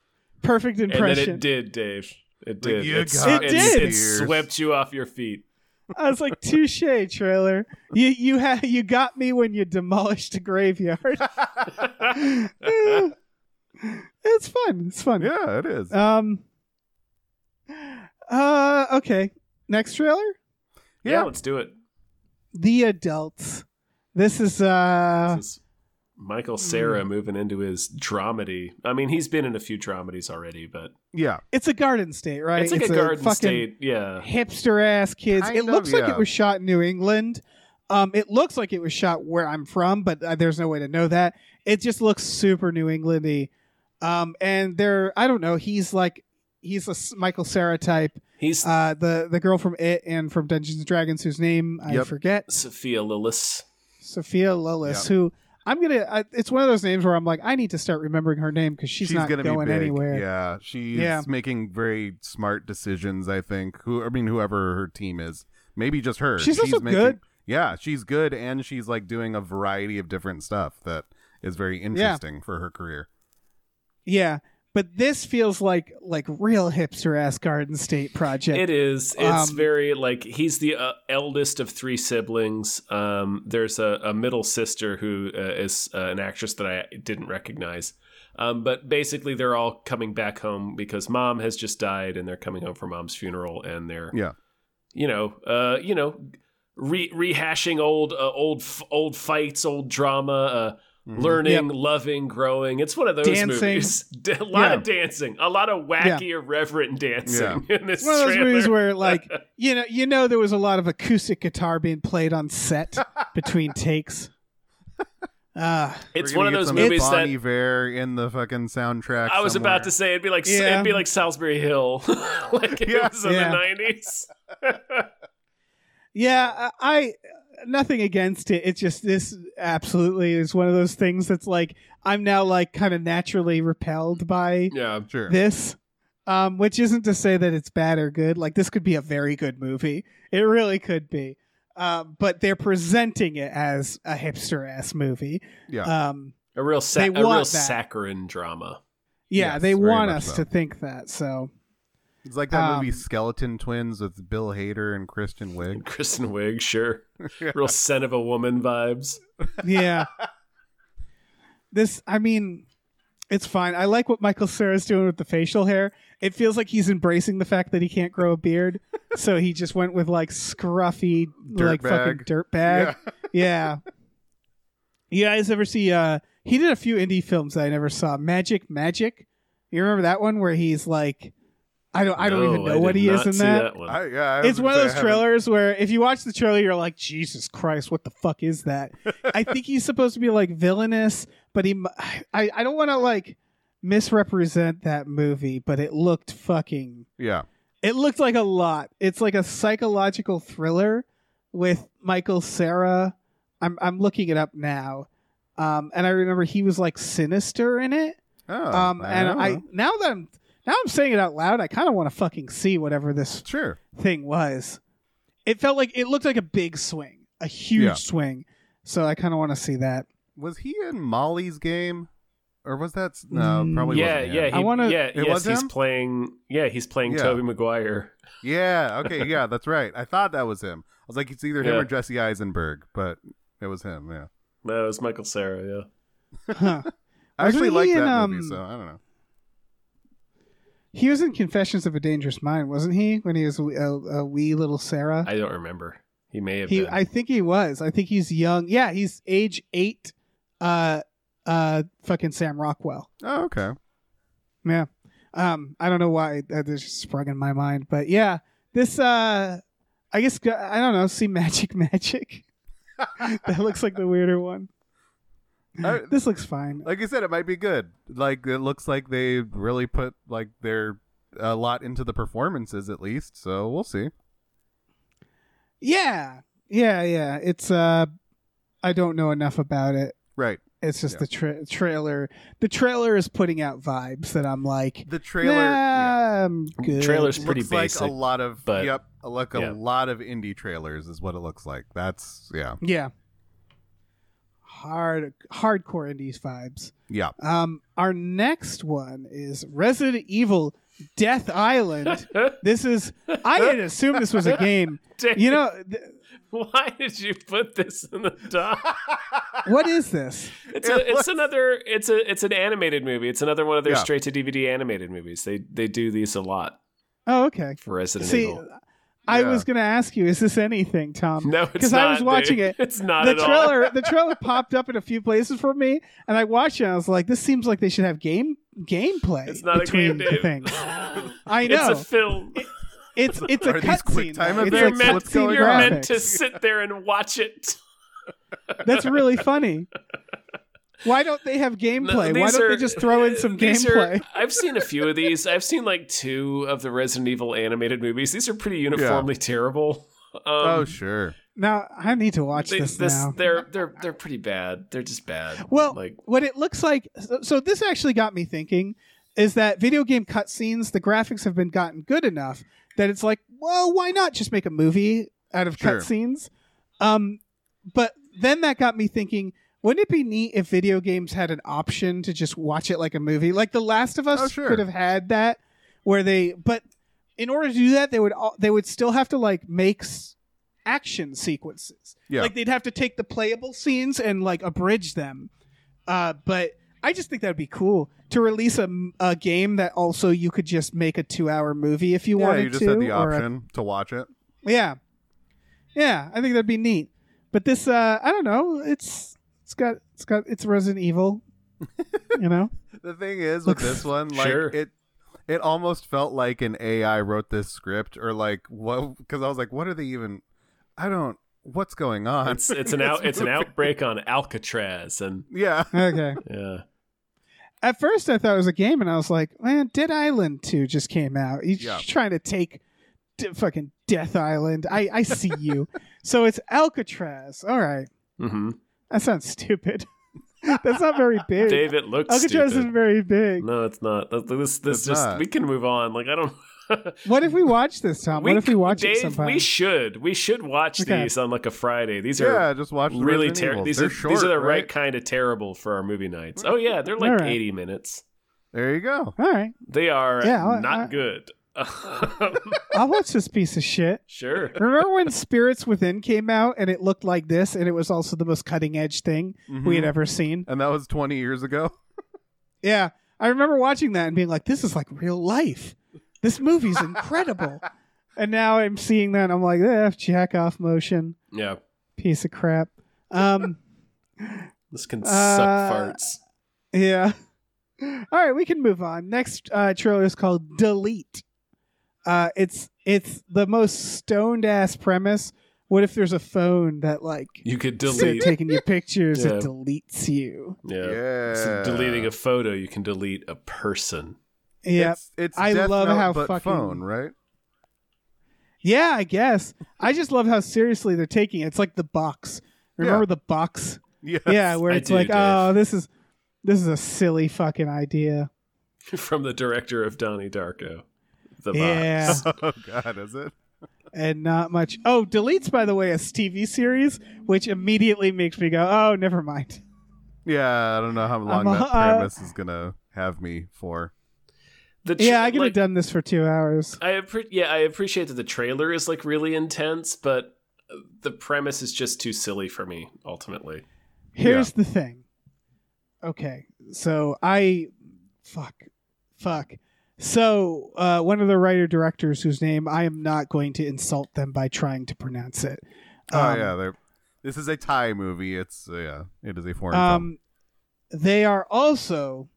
Perfect
and then
impression.
it did, Dave. It
Like,
did.
you
It's-
got
it's-
It did.
it swept you off your feet. <laughs>
I was like, touche, trailer. You you had you got me when you demolished
<laughs>
a graveyard. it's fun. It's fun.
yeah, it is.
Um uh okay. Next trailer?
yeah,
Yeah.
let's do it.
The adults. This is uh mm.
This is Michael Sarah moving into his dramedy. I mean, he's been in a few dramedies already, but
Yeah.
It's a Garden State, right?
it's like a Garden
fucking
State.
<laughs>
Yeah,
hipster ass kids.
Kind
it
of,
looks like
yeah.
it was shot in New England. Um, it looks like it was shot where I'm from, but uh, there's no way to know that. It just looks super New Englandy. Um, and they're I don't know. He's like he's a S- Michael Sarah type.
he's
Uh, the the girl from It and from Dungeons and Dragons, whose name I
Yep.
forget,
Sophia Lillis.
Sophia Lillis,
Yeah.
who. I'm gonna. I, it's one of those names where I'm like, I need to start remembering her name because she's, not
gonna
going
be big.
anywhere.
Yeah, she's
Yeah.
making very smart decisions. I think. Who I mean, whoever her team is, maybe just her.
She's also
making,
good.
Yeah, she's good, and she's like doing a variety of different stuff that is very interesting for her career.
Yeah, but this feels like like real hipster ass Garden State project.
It is. It's
Um,
very like he's the uh, eldest of three siblings. Um, there's a, a middle sister who uh, is uh, an actress that I didn't recognize. Um, but basically, they're all coming back home because mom has just died, and they're coming home for mom's funeral, and they're
Yeah.
you know, uh, you know, re- rehashing old uh, old f- old fights, old drama. Uh,
Mm-hmm.
Learning, loving, growing. It's one of those
Mm-hmm. Dancing.
movies. <laughs> a lot of dancing. A lot of wacky, irreverent dancing in this
It's one of those
trailer.
movies where, like, you know, you know, there was a lot of acoustic guitar being played on set between takes. Uh,
It's
We're
one
gonna
of
get
those
some
movies
Bon
that
Iver in the fucking soundtrack.
I was
somewhere.
about to say it'd be like
Yeah.
it'd be like Salisbury Hill, <laughs> like
Yeah.
it was in
Yeah.
the nineties.
yeah, I nothing against it. It's just this absolutely is one of those things that's like I'm now like kind of naturally repelled by
yeah,
Sure.
this. Um, which isn't to say that it's bad or good. Like this could be a very good movie. It really could be. Um, but they're presenting it as a hipster ass movie.
yeah.
Um,
a real sa-
They
a real
want that.
saccharine drama.
yeah,
Yes,
they
very
want
much
us
so.
to think that. So
it's like that movie
um,
Skeleton Twins with Bill Hader and Kristen Wiig.
Kristen Wiig,
<laughs>
sure,
Yeah.
real scent of a woman vibes.
yeah. This, I mean, it's fine. I like what Michael Cera's doing with the facial hair. It feels like he's embracing the fact that he can't grow a beard, so he just went with like scruffy, like fucking
Dirtbag.
dirt
<laughs>
bag. <laughs> Yeah. You guys ever see? uh He did a few indie films that I never saw. Magic, Magic. You remember that one where he's like, I don't, I don't
No,
even know
did
what he is
not
in
see
that.
one.
I, yeah I was
It's
gonna
one of
say I
those
haven't-
trailers where if you watch the trailer, you're like, Jesus Christ, what the fuck is that? I think he's supposed to be like villainous, but he, mu- I, I don't want to like misrepresent that movie, but it looked fucking,
Yeah.
it looked like a lot. It's like a psychological thriller with Michael Sarah. I'm, I'm looking it up now. Um, and I remember he was like sinister in it.
Oh,
Um, and
don't
I,
know.
now that I'm, now I'm saying it out loud, I kind of want to fucking see whatever this
sure.
thing was. It felt like it looked like a big swing, a huge
Yeah.
swing. So I kind of want to see that. <laughs>
Was he in Molly's game, or was that no?
Mm.
Probably
yeah,
wasn't
yeah,
him.
he,
I wanna-
yeah,
It
yes,
was
he's
him?
playing. Yeah, he's playing
Yeah.
Toby Maguire.
yeah. Okay, yeah, that's right. I thought that was him. I was like, it's either him
Yeah.
or Jesse Eisenberg, but it was him. Yeah,
No, it's Michael Sarah. Yeah.
Huh.
I actually
Wasn't
like
he
that
in,
movie,
um,
so I don't know.
he was in Confessions of a Dangerous Mind, wasn't he? When he was a, a wee little Sarah,
I don't remember. He may have
he
been.
I think he was. I think he's young. Yeah, he's age eight. Uh, uh, fucking Sam Rockwell.
Oh, okay.
Yeah. Um, I don't know why that that just sprung in my mind, but yeah, this uh, I guess I don't know. See magic, <laughs> magic. that looks like the weirder one.
I-
This looks fine.
like I said, it might be good. Like it looks like they really put like their a lot into the performances, at least. So we'll see.
Yeah, yeah, yeah. It's uh, I don't know enough about it.
Right.
It's just
Yeah.
the tra- trailer. The trailer is putting out vibes that I'm like,
The trailer. yeah.
Nah, I'm good.
Trailer's pretty
looks
basic.
like a lot of
but-
yep, like a
yeah.
lot of indie trailers is what it looks like. That's yeah,
Yeah. Hard, hardcore indies vibes.
yeah.
Um, our next one is Resident Evil Death Island.
<laughs>
this is I had assumed this was a game.
Damn.
You know, th-
<laughs> Why did you put this in the doc?
<laughs>
what is this?
It's a, it's another it's a it's an animated movie. It's another one of their
Yeah.
straight to DVD animated movies. They they do these a lot
Oh, okay.
for Resident
See,
Evil.
I
Yeah.
was gonna ask you, is this anything, Tom?
No, it's
because I was
not,
watching
dude.
it.
<laughs> It's not
the
at all.
trailer.
<laughs>
the trailer popped up in a few places for me, and I watched it. and I was like, this seems like they should have game gameplay.
It's not a game,
between the
Dave. <laughs>
things. I know.
It's a film.
It's it's a
Are these quick
cutscene.
time
though. It's
events?
They're
like
meant
what's
to.
going
You're
on?
meant
<laughs>
to sit there and watch it. <laughs>
That's really funny. Why don't they have gameplay? Why
these
don't they
are-
just throw in some
these are-
gameplay?
I've seen a few of these. I've seen like two of the Resident Evil animated movies. These are pretty uniformly terrible. Um,
oh sure.
Now I need to watch this, now.
They're they're they're pretty bad. They're just bad.
Well,
like
what it looks like. So, so this actually got me thinking: is that video game cutscenes? The graphics have been gotten good enough that it's like, well, why not just make a movie out of
Sure.
cutscenes? Um, but then that got me thinking: wouldn't it be neat if video games had an option to just watch it like a movie? Like The Last of Us
Oh, sure.
could have had that, where they. But in order to do that, they would al- they would still have to like make s- action sequences.
Yeah.
Like they'd have to take the playable scenes and like abridge them. Uh, but I just think that'd be cool to release a, m- a game that also you could just make a two hour movie if you
yeah,
wanted
you just
to.
had the
or a-
option to watch it.
yeah, yeah, I think that'd be neat. But this, uh, I don't know. It's it's got it's got it's Resident
<laughs>
Evil. you know,
The thing is with
Looks- <laughs>
this one, like
Sure.
it it almost felt like an AI wrote this script or like what because I was like, what are they even I don't what's going on?
it's it's
<laughs>
an out it's
<laughs>
an outbreak on Alcatraz and
yeah.
okay.
yeah.
At first, I thought it was a game, and I was like, "Man, Dead Island Two just came out. You're
Yeah.
trying to take d- fucking Death Island. I I see you. so it's Alcatraz. All right,
Mm-hmm.
that sounds stupid. <laughs> That's not very big.
Dave, it looks
Alcatraz
stupid.
isn't very big.
No, it's not. That- This this
It's
just
not.
we can move on. Like I don't.
What if we watch this, Tom? what if we watch
Dave,
it sometime?
We should. We should watch
Okay.
these on like a Friday. These are
Yeah, just watch the
really
Resident
terrible.
Evils.
These
They're
are
short,
these are the right? kind of terrible for our movie nights. Oh yeah, they're like
All right.
eighty minutes.
There you go.
All right,
They are
Yeah, I-
not
I-
good. <laughs>
I'll watch this piece of shit.
sure.
Remember when Spirits Within came out and it looked like this, and it was also the most cutting edge thing we had
Mhm.
ever seen?
And that was 20 years ago.
Yeah. I remember watching that and being like, this is like real life. This movie's incredible. and now I'm seeing that and I'm like, eh, jack off motion,
Yeah.
piece of crap. Um, <laughs>
This can
Uh,
suck farts.
yeah. All right, we can move on. Next uh, trailer is called Delete. Uh, it's it's the most stoned ass premise. What if there's a phone that like
You could
instead of
delete.
taking your pictures,
Yeah.
it deletes you?
Yeah.
Yeah.
Instead of deleting a photo, you can delete a person. <laughs>
Yeah,
It's, it's
I
Death
love
Note,
how
but
fucking-
phone, right?
Yeah, I guess. I just love how seriously they're taking it. It's like the box. Remember
Yeah.
the
<laughs>
box?
Yeah. <laughs>
Yeah, where
I
it's
do,
like,
Dave.
oh, this is this is a silly fucking idea.
From the director of Donnie Darko. The
Yeah.
box.
Oh god, is it?
And not much. Oh, deletes by the way a TV series, which immediately makes me go, oh, never mind.
Yeah, I don't know how long
I'm,
that
uh,
premise is gonna have me for.
The tr-
Yeah, I could
like-
have done this for two hours.
I appre- yeah, I appreciate that the trailer is like really intense, but uh, the premise is just too silly for me ultimately.
Here's the thing. Okay, so I, fuck, fuck. So uh, one of the writer directors whose name I am not going to insult them by trying to pronounce it.
oh
Um,
yeah, they're- this is a Thai movie. It's uh, yeah, it is a foreign film.
Um, they are also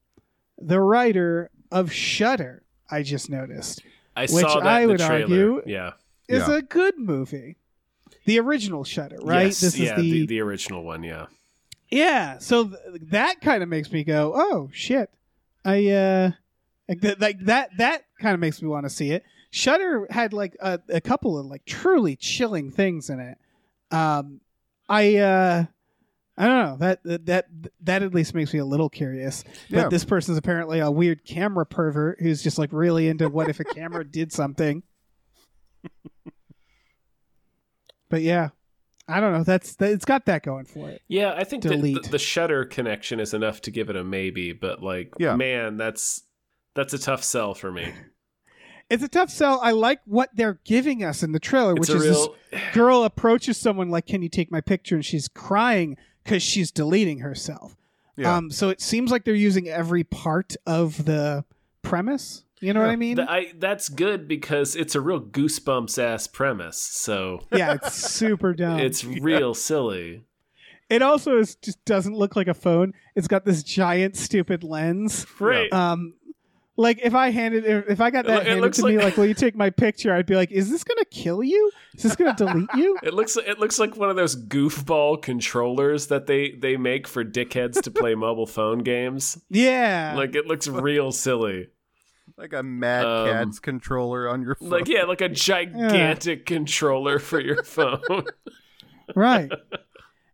the writer of Shudder. I just noticed
I
Which
saw that
I
in the
would
trailer.
argue-
yeah.
is
Yeah.
a good movie. The original Shudder, right?
Yes,
this is
yeah,
the,
the, the original one, yeah.
yeah. So th- that kind of makes me go, oh shit. I uh, like, th- like that. That kind of makes me want to see it. Shudder had like a, a couple of like truly chilling things in it. Um, I uh, I don't know that that that that at least makes me a little curious. But
Yeah.
this person's apparently a weird camera pervert who's just like really into what if a camera did something. But yeah, I don't know. That's that, it's got that going for it.
Yeah, I think the, the,
Delete.
the shutter connection is enough to give it a maybe, but like
Yeah.
man, that's that's a tough sell for me.
It's a tough sell. I like what they're giving us in the trailer,
It's
which
a
is
real
this girl approaches someone like, "Can you take my picture?" and she's crying because she's deleting herself.
Yeah.
Um, so it seems like they're using every part of the premise. You know what I mean?
Th- I, that's good because it's a real goosebumps ass premise. So
<laughs> yeah, it's super dumb.
it's real silly.
it also is just doesn't look like a phone. It's got this giant stupid lens.
Right.
Um, like if I handed if, if I got
It lo-
that
it
handed
looks
to me,
like-
like, will you take my picture? I'd be like, is this gonna kill you? Is this
<laughs>
gonna delete you?
It looks it looks like one of those goofball controllers that they they make for dickheads to play mobile phone games.
Yeah.
Like it looks real silly.
Like a Mad
Um,
Catz controller on your phone.
Like yeah, like a gigantic controller for your <laughs> phone.
right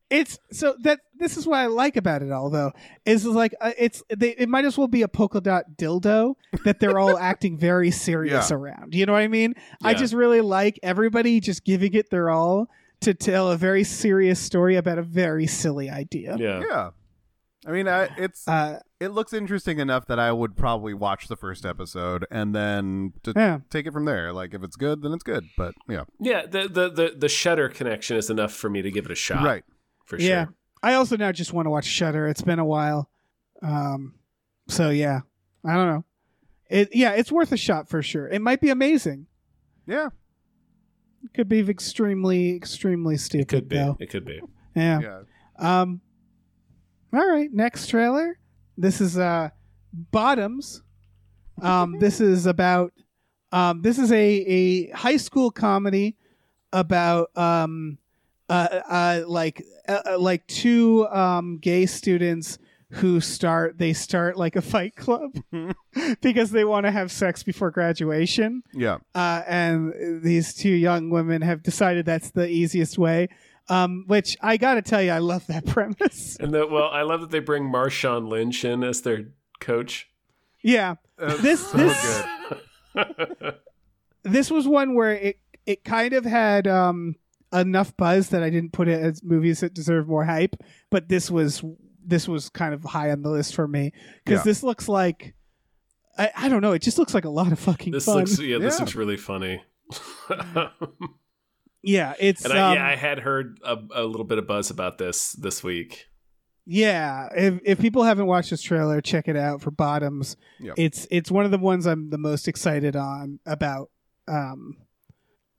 it's so that this is what i like about it all though is like uh, it's they, it might as well be a polka dot dildo that
<laughs>
they're all acting very serious around you know what i mean i
Yeah.
just really like everybody just giving it their all to tell a very serious story about a very silly idea
yeah.
yeah. I mean, I, it's
uh
it looks interesting enough that I would probably watch the first episode and then to
yeah
take it from there. Like if it's good, then it's good. But yeah,
Yeah, the the the, the shutter connection is enough for me to give it a shot.
right.
For sure.
yeah i also now just want to watch shutter it's been a while um so yeah i don't know it yeah it's worth a shot for sure it might be amazing
Yeah,
could be extremely extremely stupid
It could be.
though.
It could be.
Yeah.
yeah.
Um All right, next trailer. This is uh Bottoms.
<laughs>
Um this is about um this is a a high school comedy about um uh, uh like uh, uh, like two um gay students who start they start like a fight
<laughs>
club because they want to have sex before graduation
Yeah.
uh, and these two young women have decided that's the easiest way. Um, which I gotta tell you, I love that <laughs> premise.
And the, well, I love that they bring Marshawn Lynch in as their coach.
yeah,
That's
This-
so
this- <laughs>
good.
this was one where it it kind of had um, enough buzz that I didn't put it as movies that deserve more hype. But this was this was kind of high on the list for me because
Yeah.
this looks like I, I don't know. It just looks like a lot of fucking
This
fun.
looks yeah, this
Yeah.
looks really funny. <laughs> and
<laughs> yeah, it's
I,
um,
yeah, I had heard a, a little bit of buzz about this this week.
Yeah, if if people haven't watched this trailer, check it out for Bottoms.
Yep.
It's it's one of the ones I'm the most excited on about um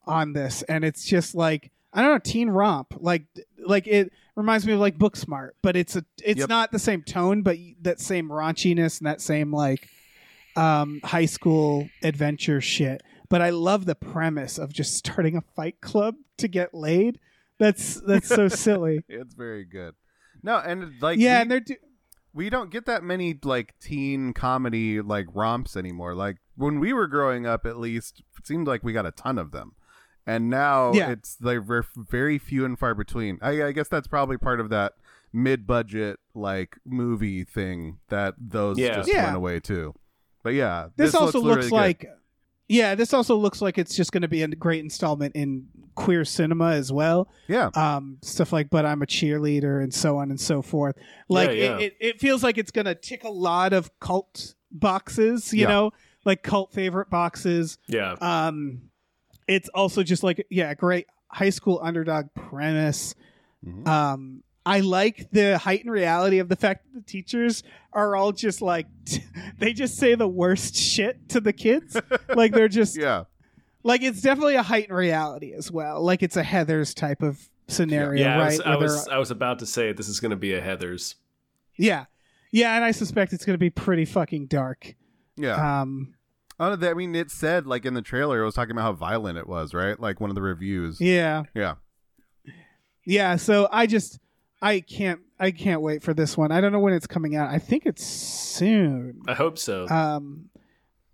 on this and it's just like I don't know teen romp. Like like it reminds me of like Booksmart, but it's a it's
Yep.
not the same tone but that same raunchiness and that same like um high school adventure shit. But I love the premise of just starting a fight club to get laid. That's that's
<laughs>
so silly.
It's very good. No, and like
yeah,
we,
and they're do-
we don't get that many like teen comedy like romps anymore. Like when we were growing up, at least it seemed like we got a ton of them, and now
Yeah.
it's like ver- very few and far between. I, I guess that's probably part of that mid-budget like movie thing that those
Yeah.
just
Yeah.
went away too. But yeah,
this, also
really
looks,
good.
like yeah this also looks like it's just going to be a great installment in queer cinema as well
yeah,
um stuff like but i'm a cheerleader and so on and so forth like
Yeah, yeah.
It, it, it feels like it's going to tick a lot of cult boxes you
Yeah.
know like cult favorite boxes
Yeah.
um it's also just like yeah a great high school underdog premise
Mhm.
um i like the heightened reality of the fact that the teachers are all just like <laughs> they just say the worst shit to the
<laughs>
kids like they're just
yeah,
like it's definitely a heightened reality as well like it's a heathers type of scenario
yeah,
right
I was I
where they're-
was, I was about to say this is going to be a Heather's.
yeah yeah and i suspect it's going to be pretty fucking dark
yeah.
um
Oh, that- I mean, it said like in the trailer, it was talking about how violent it was, right? Like one of the reviews.
yeah
Yeah.
yeah so i just i can't i can't wait for this one i don't know when it's coming out i think it's soon
I hope so.
um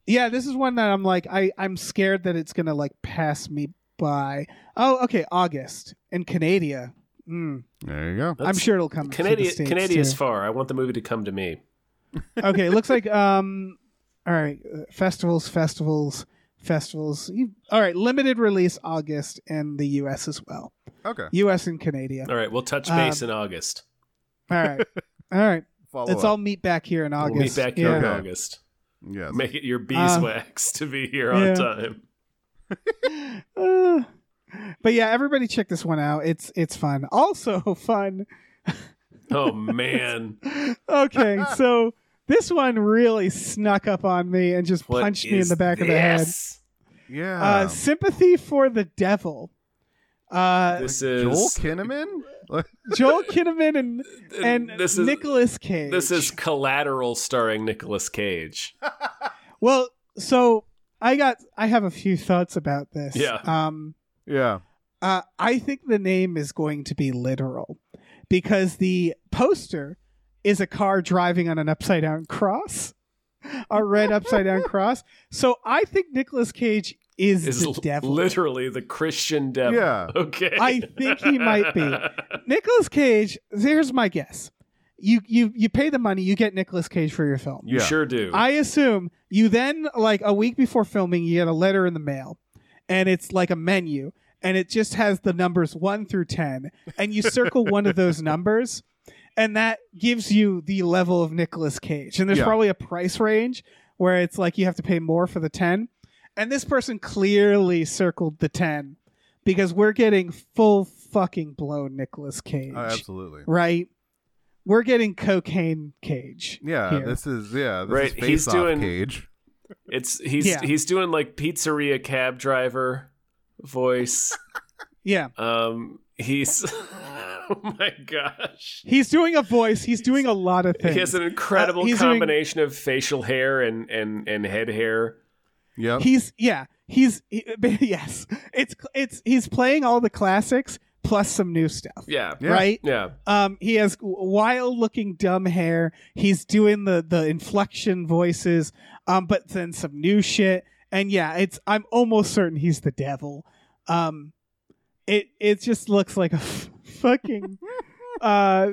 yeah this is one that i'm like i i'm scared that it's gonna like pass me by oh okay august in canada mm,
There you go.
i'm
That's-
sure it'll come to the
Canada
States,
Canada is
too.
far. I want the movie to come to me.
okay it
<laughs>
looks like um all right uh, festivals festivals festivals you, all right limited release august in the us as well
Okay.
us and canada
All right, we'll touch base
Um,
in August. <laughs>
all right all right
Follow
Let's
up.
all meet back here in August.
We'll meet back here in
yeah.
August.
Yes.
Make it your beeswax to be here on
Uh, yeah.
time.
Uh, but yeah, everybody check this one out. It's it's fun. Also <laughs> fun. <laughs>
Oh man.
Okay, so This one really snuck up on me and just
What
punched me in
is
the back of the head.
this? Um,
Yeah.
Uh, sympathy for the devil. Uh,
<laughs> This is
Joel Kinnaman?
Joel Kinnaman and and
this is
Nicholas Cage.
this is Collateral starring Nicolas Cage.
well. So I got I have a few thoughts about this.
Yeah.
Um.
yeah.
Uh, I think the name is going to be literal because the poster is a car driving on an upside down cross, a red upside
<laughs>
down cross. So I think Nicolas Cage is,
Is
the
l-
devil.
literally the Christian devil.
Uh,
Yeah.
<laughs> Okay.
I think he might
<laughs>
be. Nicolas Cage, here's my guess. You you you pay the money, you get Nicolas Cage for your film.
You
Yeah.
sure do.
I assume you then like a week before filming, you get a letter in the mail, and it's like a menu, and it just has the numbers one through ten, and you circle one of
<laughs>
those numbers, and that gives you the level of Nicolas Cage. And there's
Yeah.
probably a price range where it's like you have to pay more for the ten, and this person clearly circled the ten because we're getting full fucking blown Nicolas Cage,
Oh, absolutely.
right? We're getting cocaine cage.
Yeah,
here.
this is yeah, this
Right,
is
he's
face-off
doing-
cage.
it's he's
Yeah.
he's doing like pizzeria cab driver
<laughs>
voice.
yeah.
Um, he's <laughs> oh my gosh.
He's doing a voice. He's doing a lot of things.
He has an incredible
Uh, he's doing-
combination of facial hair and and and head hair.
Yep.
He's yeah. He's he, <laughs> yes. It's it's he's playing all the classics plus some new stuff.
Yeah.
Yeah.
Right.
Yeah.
Um. He has wild looking dumb hair. He's doing the the inflection voices. Um. But then some new shit. And yeah, it's I'm almost certain he's the devil. Um. It it just looks like a f-
<laughs>
fucking. Uh.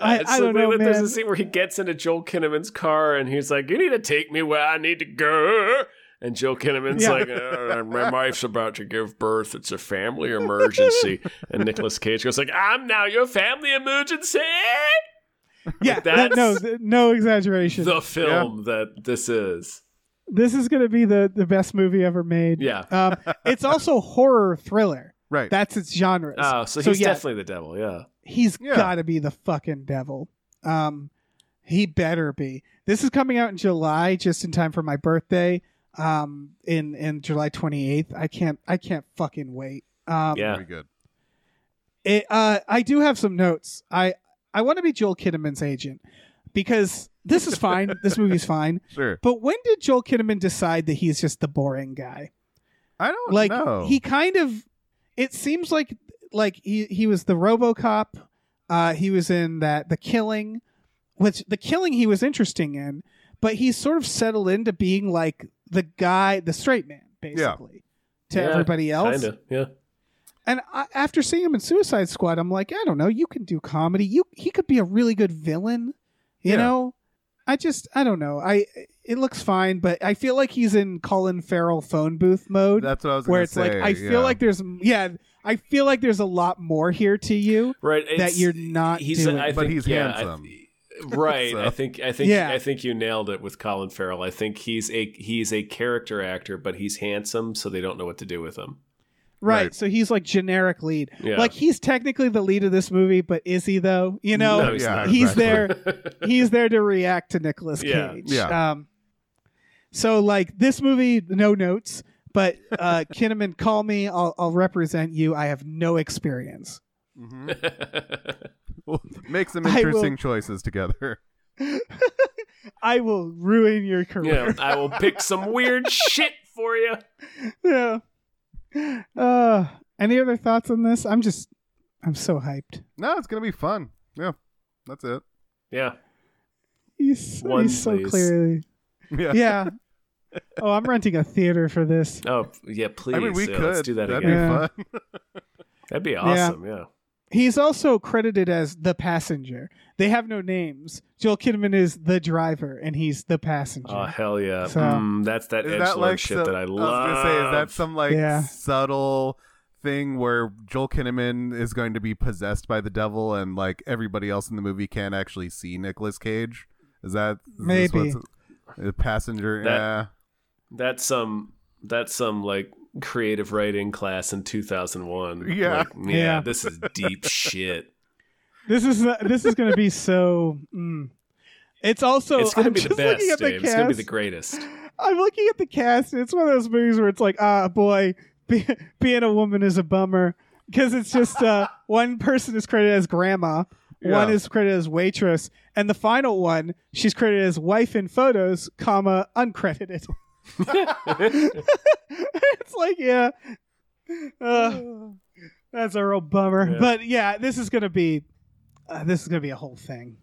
I,
It's
I don't
like
know,
There's
man.
a scene where he gets into Joel Kinnaman's car and he's like, "You need to take me where I need to go." And Joel Kinnaman's
Yeah.
like, "Uh, "My wife's about to give birth. It's a family emergency." and Nicolas Cage goes like, "I'm now your family emergency."
yeah,
that's-
no, no exaggeration.
The film that this is.
this is going to be the the best movie ever made.
Yeah.
Um,
<laughs>
it's also horror thriller.
Right.
That's its genre.
Oh, so
So,
he's
yeah.
definitely the devil. Yeah.
He's
Yeah.
got to be the fucking devil. Um, he better be. This is coming out in July, just in time for my birthday. Um, in in July twenty eighth. I can't I can't fucking wait. Um,
Yeah.
Very good.
it, uh, I do have some notes. I I want to be Joel Kinnaman's agent because this is fine.
<laughs>
this movie's fine.
Sure.
But when did Joel Kinnaman decide that he's just the boring guy?
I don't
like
know.
he kind of it seems like like he he was the robocop uh he was in that the killing which the killing he was interesting in but he's sort of settled into being like the guy the straight man basically to
Yeah,
everybody else
Kinda. Yeah.
and I, after seeing him in suicide squad i'm like i don't know you can do comedy you he could be a really good villain you
Yeah.
know i just i don't know i it looks fine but i feel like he's in colin farrell phone booth mode
That's what I was
where
gonna
it's
say.
like I feel
yeah.
like there's yeah, I feel like there's a lot more here to you
Right.
that
it's-
you're not
he's
doing.
I think,
But he's
yeah, I-
handsome.
<laughs>
<laughs>
right.
So-
I think I think
Yeah.
I think you nailed it with Colin Farrell. I think he's a he's a character actor, but he's handsome, so they don't know what to do with him.
right,
right.
So he's like generic lead.
Yeah.
Like he's technically the lead of this movie, but is he though? You know,
No, he's
yeah,
not.
he's
exactly.
there. <laughs> he's there to react to Nicolas
Yeah,
Cage.
yeah.
Um, so like this movie, no notes, but
<laughs>
uh, Kinnaman, call me. I'll, I'll represent you. I have no experience.
Mhm. Well, Mm-hmm. make
<laughs>
some
I will-
interesting choices together. <laughs>
I will ruin your career.
<laughs> yeah, I will pick some weird shit for you.
yeah. Uh, any other thoughts on this? I'm just, I'm so hyped.
No, it's gonna be fun. Yeah, that's it. <laughs>
Yeah.
He's,
One,
he's so
please.
clearly.
Yeah,
<laughs>
Yeah. oh, I'm renting a theater for this.
Oh, yeah. Please.
I mean, we
yeah,
could.
Let's do that
That'd
again.
again.
be fun.
That'd be awesome. Yeah.
He's also credited as the passenger. They have no names. Joel Kinnaman is the driver, and he's the passenger.
Oh hell yeah.
So-
Mm, that's that
is
edge
that like
shit
some-
that I love.
I was gonna say, is that some like
Yeah.
subtle thing where Joel Kinnaman is going to be possessed by the devil, and like everybody else in the movie can't actually see Nicolas Cage? Is that is this
Maybe.
what's- a passenger?
That-
yeah.
That's some that's some like creative writing class in 2001.
Yeah.
Like, yeah,
Yeah.
This
<laughs>
is deep shit.
This is this is going to be so. Mm. It's also
it's gonna
I'm
be the
just looking
best,
at the
Dave. It's gonna be
cast.
the greatest.
I'm looking at the cast, and it's one of those movies where it's like, ah, boy, be, being a woman is a bummer because it's just uh, one person is credited as grandma, one
Yeah.
is credited as waitress, and the final one, she's credited as wife in photos, comma uncredited. <laughs> it's like, yeah, uh, that's a real bummer.
Yeah.
But yeah, this is gonna be, uh, this is gonna be a whole thing.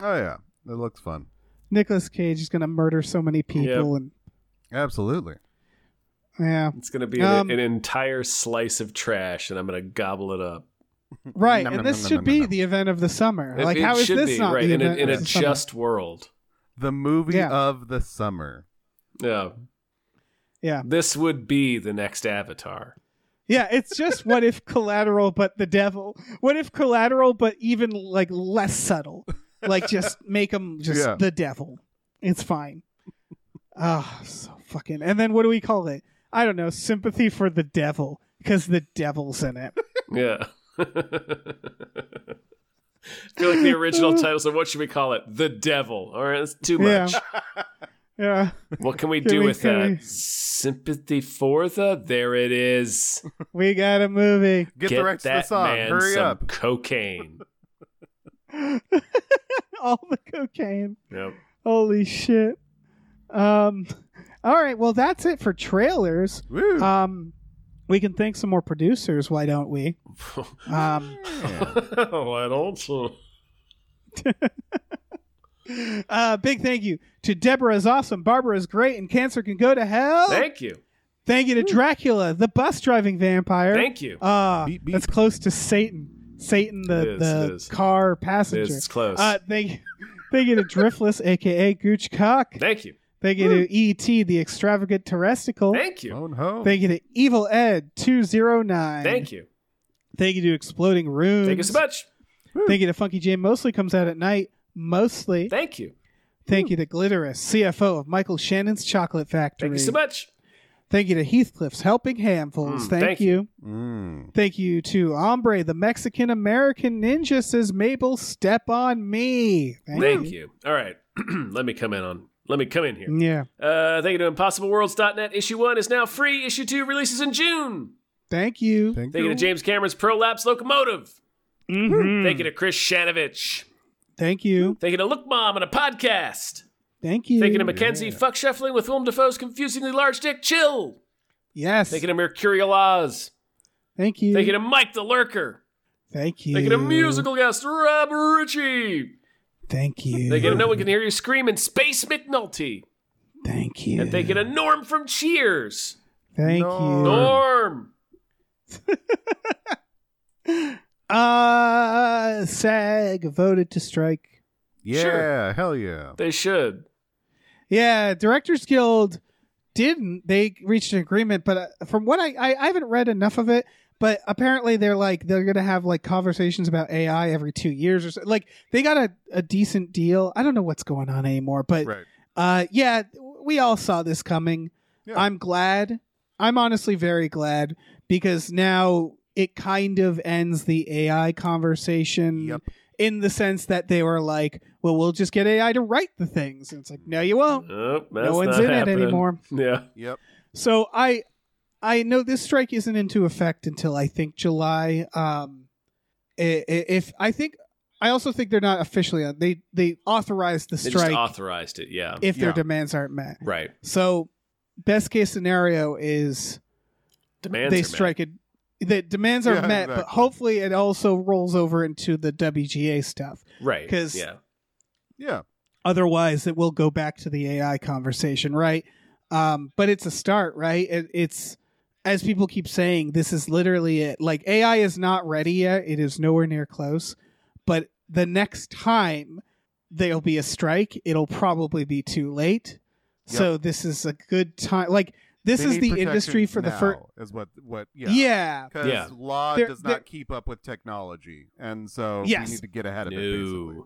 Oh yeah, it looks fun.
Nicolas Cage is gonna murder so many people, and
Absolutely.
yeah,
It's gonna be
Um,
an, an entire slice of trash, and I'm gonna gobble it up.
Right,
Nom,
and
nom,
this
nom,
should
nom,
be
nom.
the event of the summer.
It-
like,
it
how is
should
this
be,
not
right
the
in a,
event
in a
of the summer?
just world?
The movie
Yeah.
of the summer.
Yeah,
Yeah,
this would be the next Avatar.
yeah. It's just what if collateral, but the devil. What if collateral, but even like less subtle? Like,
<laughs>
just make them just
Yeah.
the devil. It's fine. Ah, so fucking. And then what do we call it? I don't know. Sympathy for the devil because the devil's in
<laughs>
it.
Yeah. <laughs> I feel like the
<laughs>
original title said, "What should we call it?" The Devil. All right, that's too
Yeah.
much.
Yeah.
What can we
Can
do
we-
with
can
that?
we-
Sympathy for the. There it is.
We got a movie. <laughs>
Get, the rest of
that
the song.
man
Hurry
some
up. <laughs>
cocaine.
All the cocaine.
<laughs> Yep.
Holy shit. Um, all right. Well, that's it for trailers.
Woo.
Um, we can thank some more producers. Why don't we? Um,
Yeah.
Why don't you?
uh, big thank you to Deborah is awesome. Barbara is great. And cancer can go to hell.
Thank you.
Thank you to Dracula, the bus driving vampire.
Thank you.
Ah,
Beep, beep.
that's close to Satan. Satan, the,
It is, it is.
the car passenger.
It's close.
Uh, thank, thank you to Driftless, <laughs> aka Gooch Cock.
Thank you.
Thank you to E.T., the extravagant terrestrial.
Thank you.
Phone home.
Thank you to Evil Ed 209.
Thank you.
Thank you to Exploding Rooms.
Thank you so much.
Thank you to Funky Jam. Mostly comes out at night. Mostly. Thank,
Thank you.
you to Glitterous, CFO of Michael Shannon's Chocolate Factory.
Thank you so much.
Thank you to Heathcliff's Helping Handfuls.
Mm,
thank,
thank
you.
you.
Mm.
Thank you to Ombre, the Mexican American ninja says Mabel, step on me.
Thank you. All right. <clears throat> Let me come in on. Let me come in here.
Yeah.
Uh, thank you to ImpossibleWorlds.net. Issue one is now free. Issue two releases in June.
Thank you.
Thank
Thank you to James Cameron's Prolapse Locomotive.
Mhm.
Thank you to Chris Shanovich.
Thank you.
Thank you to Look Mom and a podcast.
Thank you.
Thank you to Mackenzie Fuck Shuffling with Willem Dafoe's confusingly large dick chill.
Yes.
Thank you to Mercurial Oz.
Thank you.
Thank you to Mike the Lurker.
Thank you.
Thank you to musical guest Rob Ritchie.
Thank you.
Thank you to No One Can Hear You Scream and Space McNulty.
Thank you.
And thank you to Norm from Cheers.
Thank
No.
you.
Norm.
Uh, SAG voted to strike.
Yeah,
Sure.
hell yeah.
They should.
Yeah, Directors Guild didn't. They reached an agreement, but uh, from what I, I I haven't read enough of it. But apparently they're like they're gonna have like conversations about AI every two years or so. Like they got a, a decent deal. I don't know what's going on anymore, but
Right.
uh, yeah, we all saw this coming.
Yeah.
I'm glad. I'm honestly very glad because now it kind of ends the AI conversation
Yep.
in the sense that they were like, well, we'll just get AI to write the things. And it's like, no, you won't.
Nope, Oh, that's
no one's
not
in
happening.
it anymore.
<laughs> Yeah.
Yep.
So I I know this strike isn't into effect until I think July. Um, i- i- if I think I also think they're not officially on. They they authorized the
They just
strike
authorized it. Yeah.
if their
Yeah.
demands aren't met.
Right.
So, best case scenario is
Demands. are
they
met.
strike it. The demands are
Yeah,
met, but
exactly.
hopefully it also rolls over into the WGA stuff.
Right.
'Cause-
Yeah.
Yeah.
Otherwise, it will go back to the AI conversation, right? Um, but it's a start, right? It, it's as people keep saying, this is literally it. Like AI is not ready yet; it is nowhere near close. But the next time there'll be a strike, it'll probably be too late.
Yep.
So this is a good time. Like this
They
is
need
the industry
protections
for the
now,
first.
is what what yeah.
Yeah. yeah.
Because
Yeah.
law
They're-
does
they're-
not keep up with technology, and so
Yes.
we need to get ahead of it. Basically.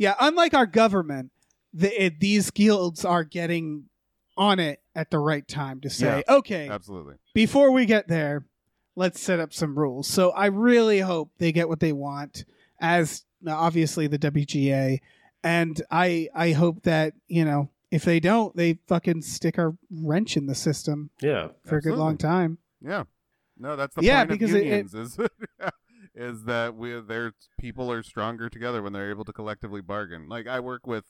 No.
Unlike our government, the, it, these guilds are getting on it at the right time to say, okay,
Absolutely.
before we get there, let's set up some rules. So I really hope they get what they want, as uh, obviously the WGA and I I hope that you know if they don't, they fucking stick a wrench in the system
Yeah.
for a good long
Absolutely.
time.
Yeah. No, that's the
Yeah,
point
because
of
it-
unions is <laughs> is that we their people are stronger together when they're able to collectively bargain. Like I work with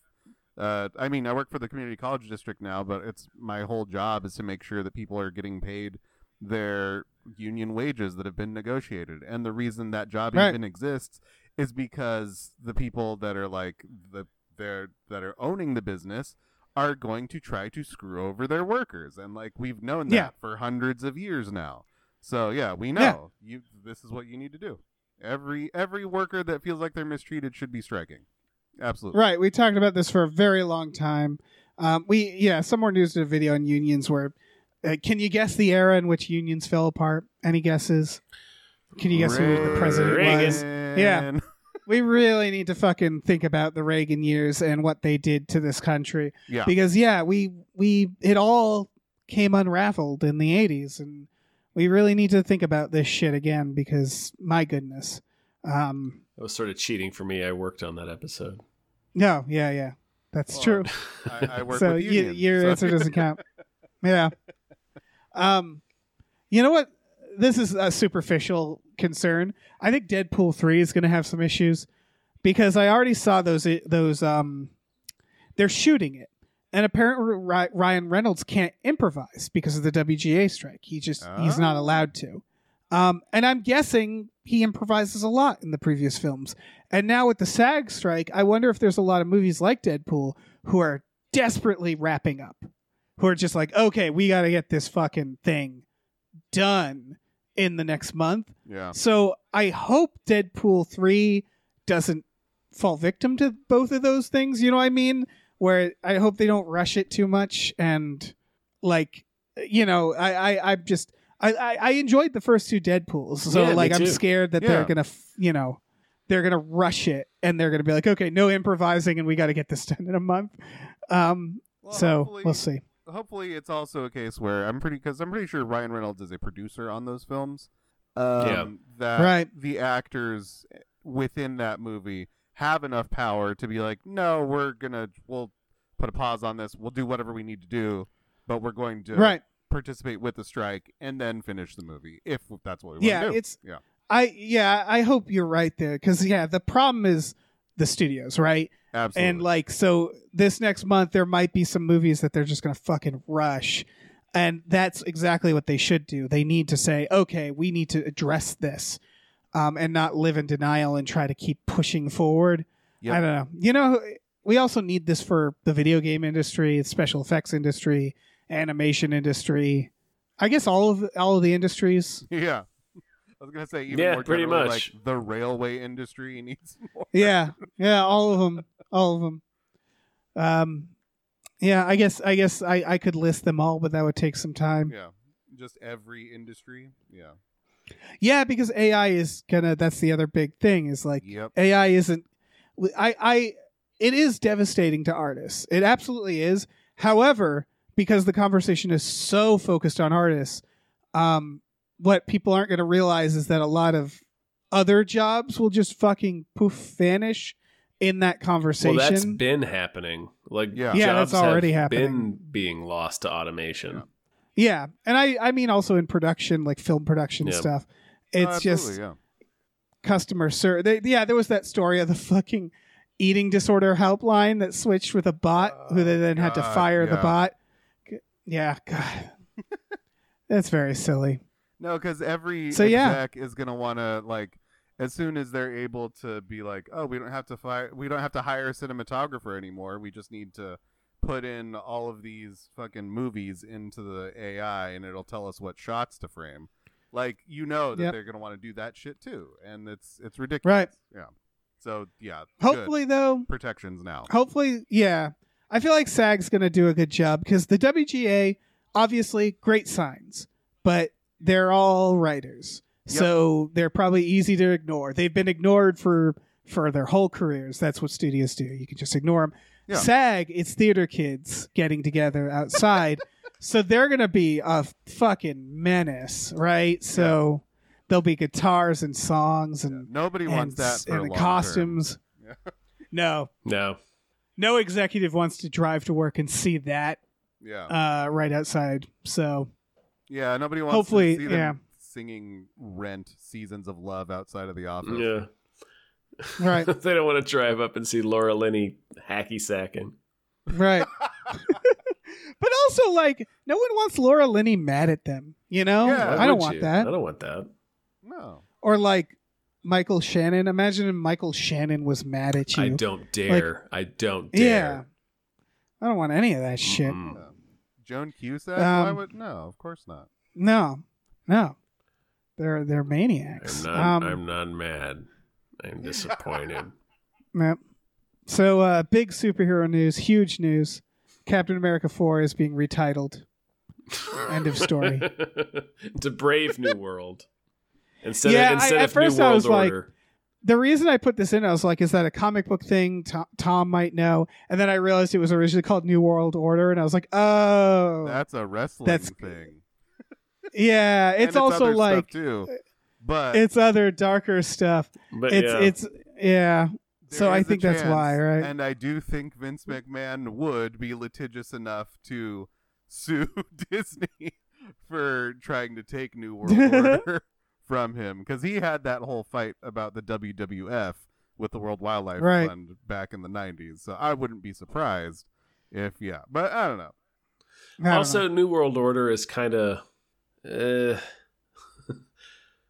uh, I mean, I work for the community college district now, but it's my whole job is to make sure that people are getting paid their union wages that have been negotiated. And the reason that job
Right.
even exists is because the people that are like the they're that are owning the business are going to try to screw over their workers and like we've known that
Yeah.
for hundreds of years now so yeah we know you this is what you need to do every every worker that feels like they're mistreated should be striking absolutely
Right. We talked about this for a very long time. Um, we yeah, someone news did a video on unions where uh, can you guess the era in which unions fell apart? Any guesses? Can you guess who the president
Reagan.
was? Yeah. We really need to fucking think about the Reagan years and what they did to this country
<laughs> yeah
because yeah, we we it all came unraveled in the 80s and we really need to think about this shit again because my goodness. Um
That was sort of cheating for me. I worked on that episode.
no, yeah, yeah. That's
Well,
true.
I, I <laughs> work
so
with
you-
unions,
your
so-
answer
<laughs>
doesn't count. yeah. Um, you know what? This is a superficial concern. I think Deadpool three is going to have some issues because I already saw those those um, they're shooting it, and apparently Ry- Ryan Reynolds can't improvise because of the WGA strike. He just he's not
Oh.
allowed to. Um, and I'm guessing he improvises a lot in the previous films. And now with the SAG strike, I wonder if there's a lot of movies like Deadpool who are desperately wrapping up, who are just like, okay, we got to get this fucking thing done in the next month.
yeah
So I hope Deadpool 3 doesn't fall victim to both of those things. You know what I mean? Where I hope they don't rush it too much. And like, you know, I, I, I'm just, I, I, I enjoyed the first two Deadpools. So
Yeah, me
like, I'm
too.
scared that they're
Yeah.
going to, you know, they're going to rush it and they're going to be like, okay, no improvising and we got to get this <laughs> done in a month. Um,
Well,
so
hopefully-
we'll see.
hopefully it's also a case where I'm pretty because I'm pretty sure Ryan Reynolds is a producer on those films. Um,
Yeah.
That
Right.
the actors within that movie have enough power to be like, no, we're gonna we'll put a pause on this. We'll do whatever we need to do, but we're going to
Right.
participate with the strike and then finish the movie if that's what we
Yeah,
want to do.
it's
Yeah.
I yeah, I hope you're right there cuz yeah, the problem is the studios, right?
Absolutely.
And like so this next month there might be some movies that they're just going to fucking rush. And that's exactly what they should do. They need to say, "Okay, we need to address this." Um, and not live in denial and try to keep pushing forward.
Yep.
I don't know. You know, we also need this for the video game industry, special effects industry, animation industry. I guess all of all of the industries.
<laughs> yeah. I was gonna say even
Yeah,
more
pretty
generally,
much.
like the railway industry <laughs> needs more.
yeah yeah all of them all of them um yeah i guess i guess i i could list them all but that would take some time
Yeah. Just every industry. Yeah.
yeah because ai is gonna that's the other big thing is like
Yep.
ai isn't i i it is devastating to artists it absolutely is however because the conversation is so focused on artists um what people aren't going to realize is that a lot of other jobs will just fucking poof vanish in that
Well,
conversation
that's been happening. Like
Yeah.
jobs
Yeah, that's already
have
happening.
been being lost to automation.
Yeah, and I I mean also in production, like film production
Yeah.
stuff. It's just
Absolutely, yeah.
customer service. Yeah, there was that story of the fucking eating disorder helpline that switched with a bot, who they then had to
Oh, God,
fire the
yeah.
bot. G- Yeah,
<laughs>
God, that's very silly.
No, because every
So, yeah.
exec is gonna want to like as soon as they're able to be like, oh, we don't have to fire, we don't have to hire a cinematographer anymore. We just need to put in all of these fucking movies into the AI, and it'll tell us what shots to frame. Like you know that
Yep.
they're gonna want to do that shit too, and it's it's ridiculous. Yeah. So yeah. good.
Hopefully though,
protections now.
hopefully yeah, I feel like SAG's gonna do a good job because the WGA obviously great signs, but they're all writers.
Yep.
So they're probably easy to ignore. They've been ignored for for their whole careers. That's what studios do. You can just ignore them.
Yeah.
SAG, it's theater kids getting together
<laughs>
outside. so they're going to be a fucking menace, right? So there'll be guitars and songs and
Nobody
and,
wants that
s-
for
and
long term.
costumes. No.
No,
no executive wants to drive to work and see that
Yeah.
uh, right outside. So
yeah. Nobody wants
hopefully,
to see them
yeah.
singing Rent Seasons of Love outside of the office.
Yeah. <laughs>
right,
they don't want to drive up and see Laura Linney hacky sacking.
right. <laughs> but also, like, no one wants Laura Linney mad at them. You know,
Yeah.
Why
I don't
would
want
you?
that.
I don't want that.
No.
Or like Michael Shannon. Imagine if Michael Shannon was mad at you.
I don't dare. I don't dare.
Yeah, I don't want any of that shit.
Mm-mm.
Joan Cusack? Why
Um,
would no? Of course not.
No, no, they're they're
I'm
maniacs.
not.
um,
I'm not mad. I'm disappointed.
yeah. So uh, big superhero news, huge news. Captain America Four is being retitled. <laughs> End of story.
<laughs> to Brave
<laughs>
New World instead
Yeah, I-
of instead
at
of New
first I
World
was like,
Order.
the reason I put this in, I was like, is that a comic book thing Tom, Tom might know? And then I realized it was originally called New World Order, and I was like, oh,
<laughs> That's a wrestling
that's-
thing.
yeah.
And
It's, also
other stuff,
like
too. But
it's other darker stuff.
but
it's
yeah,
it's yeah.
there
so I
is a
think that's
chance,
why, right?
And I do think Vince McMahon would be litigious enough to sue <laughs> Disney for trying to take
<laughs>
New World Order from him because he had that whole fight about the WWF with the World Wildlife
Right.
Fund back in the '90s. So I wouldn't be surprised if, yeah. But I don't know.
I don't
also New World Order is kind of uh, <laughs>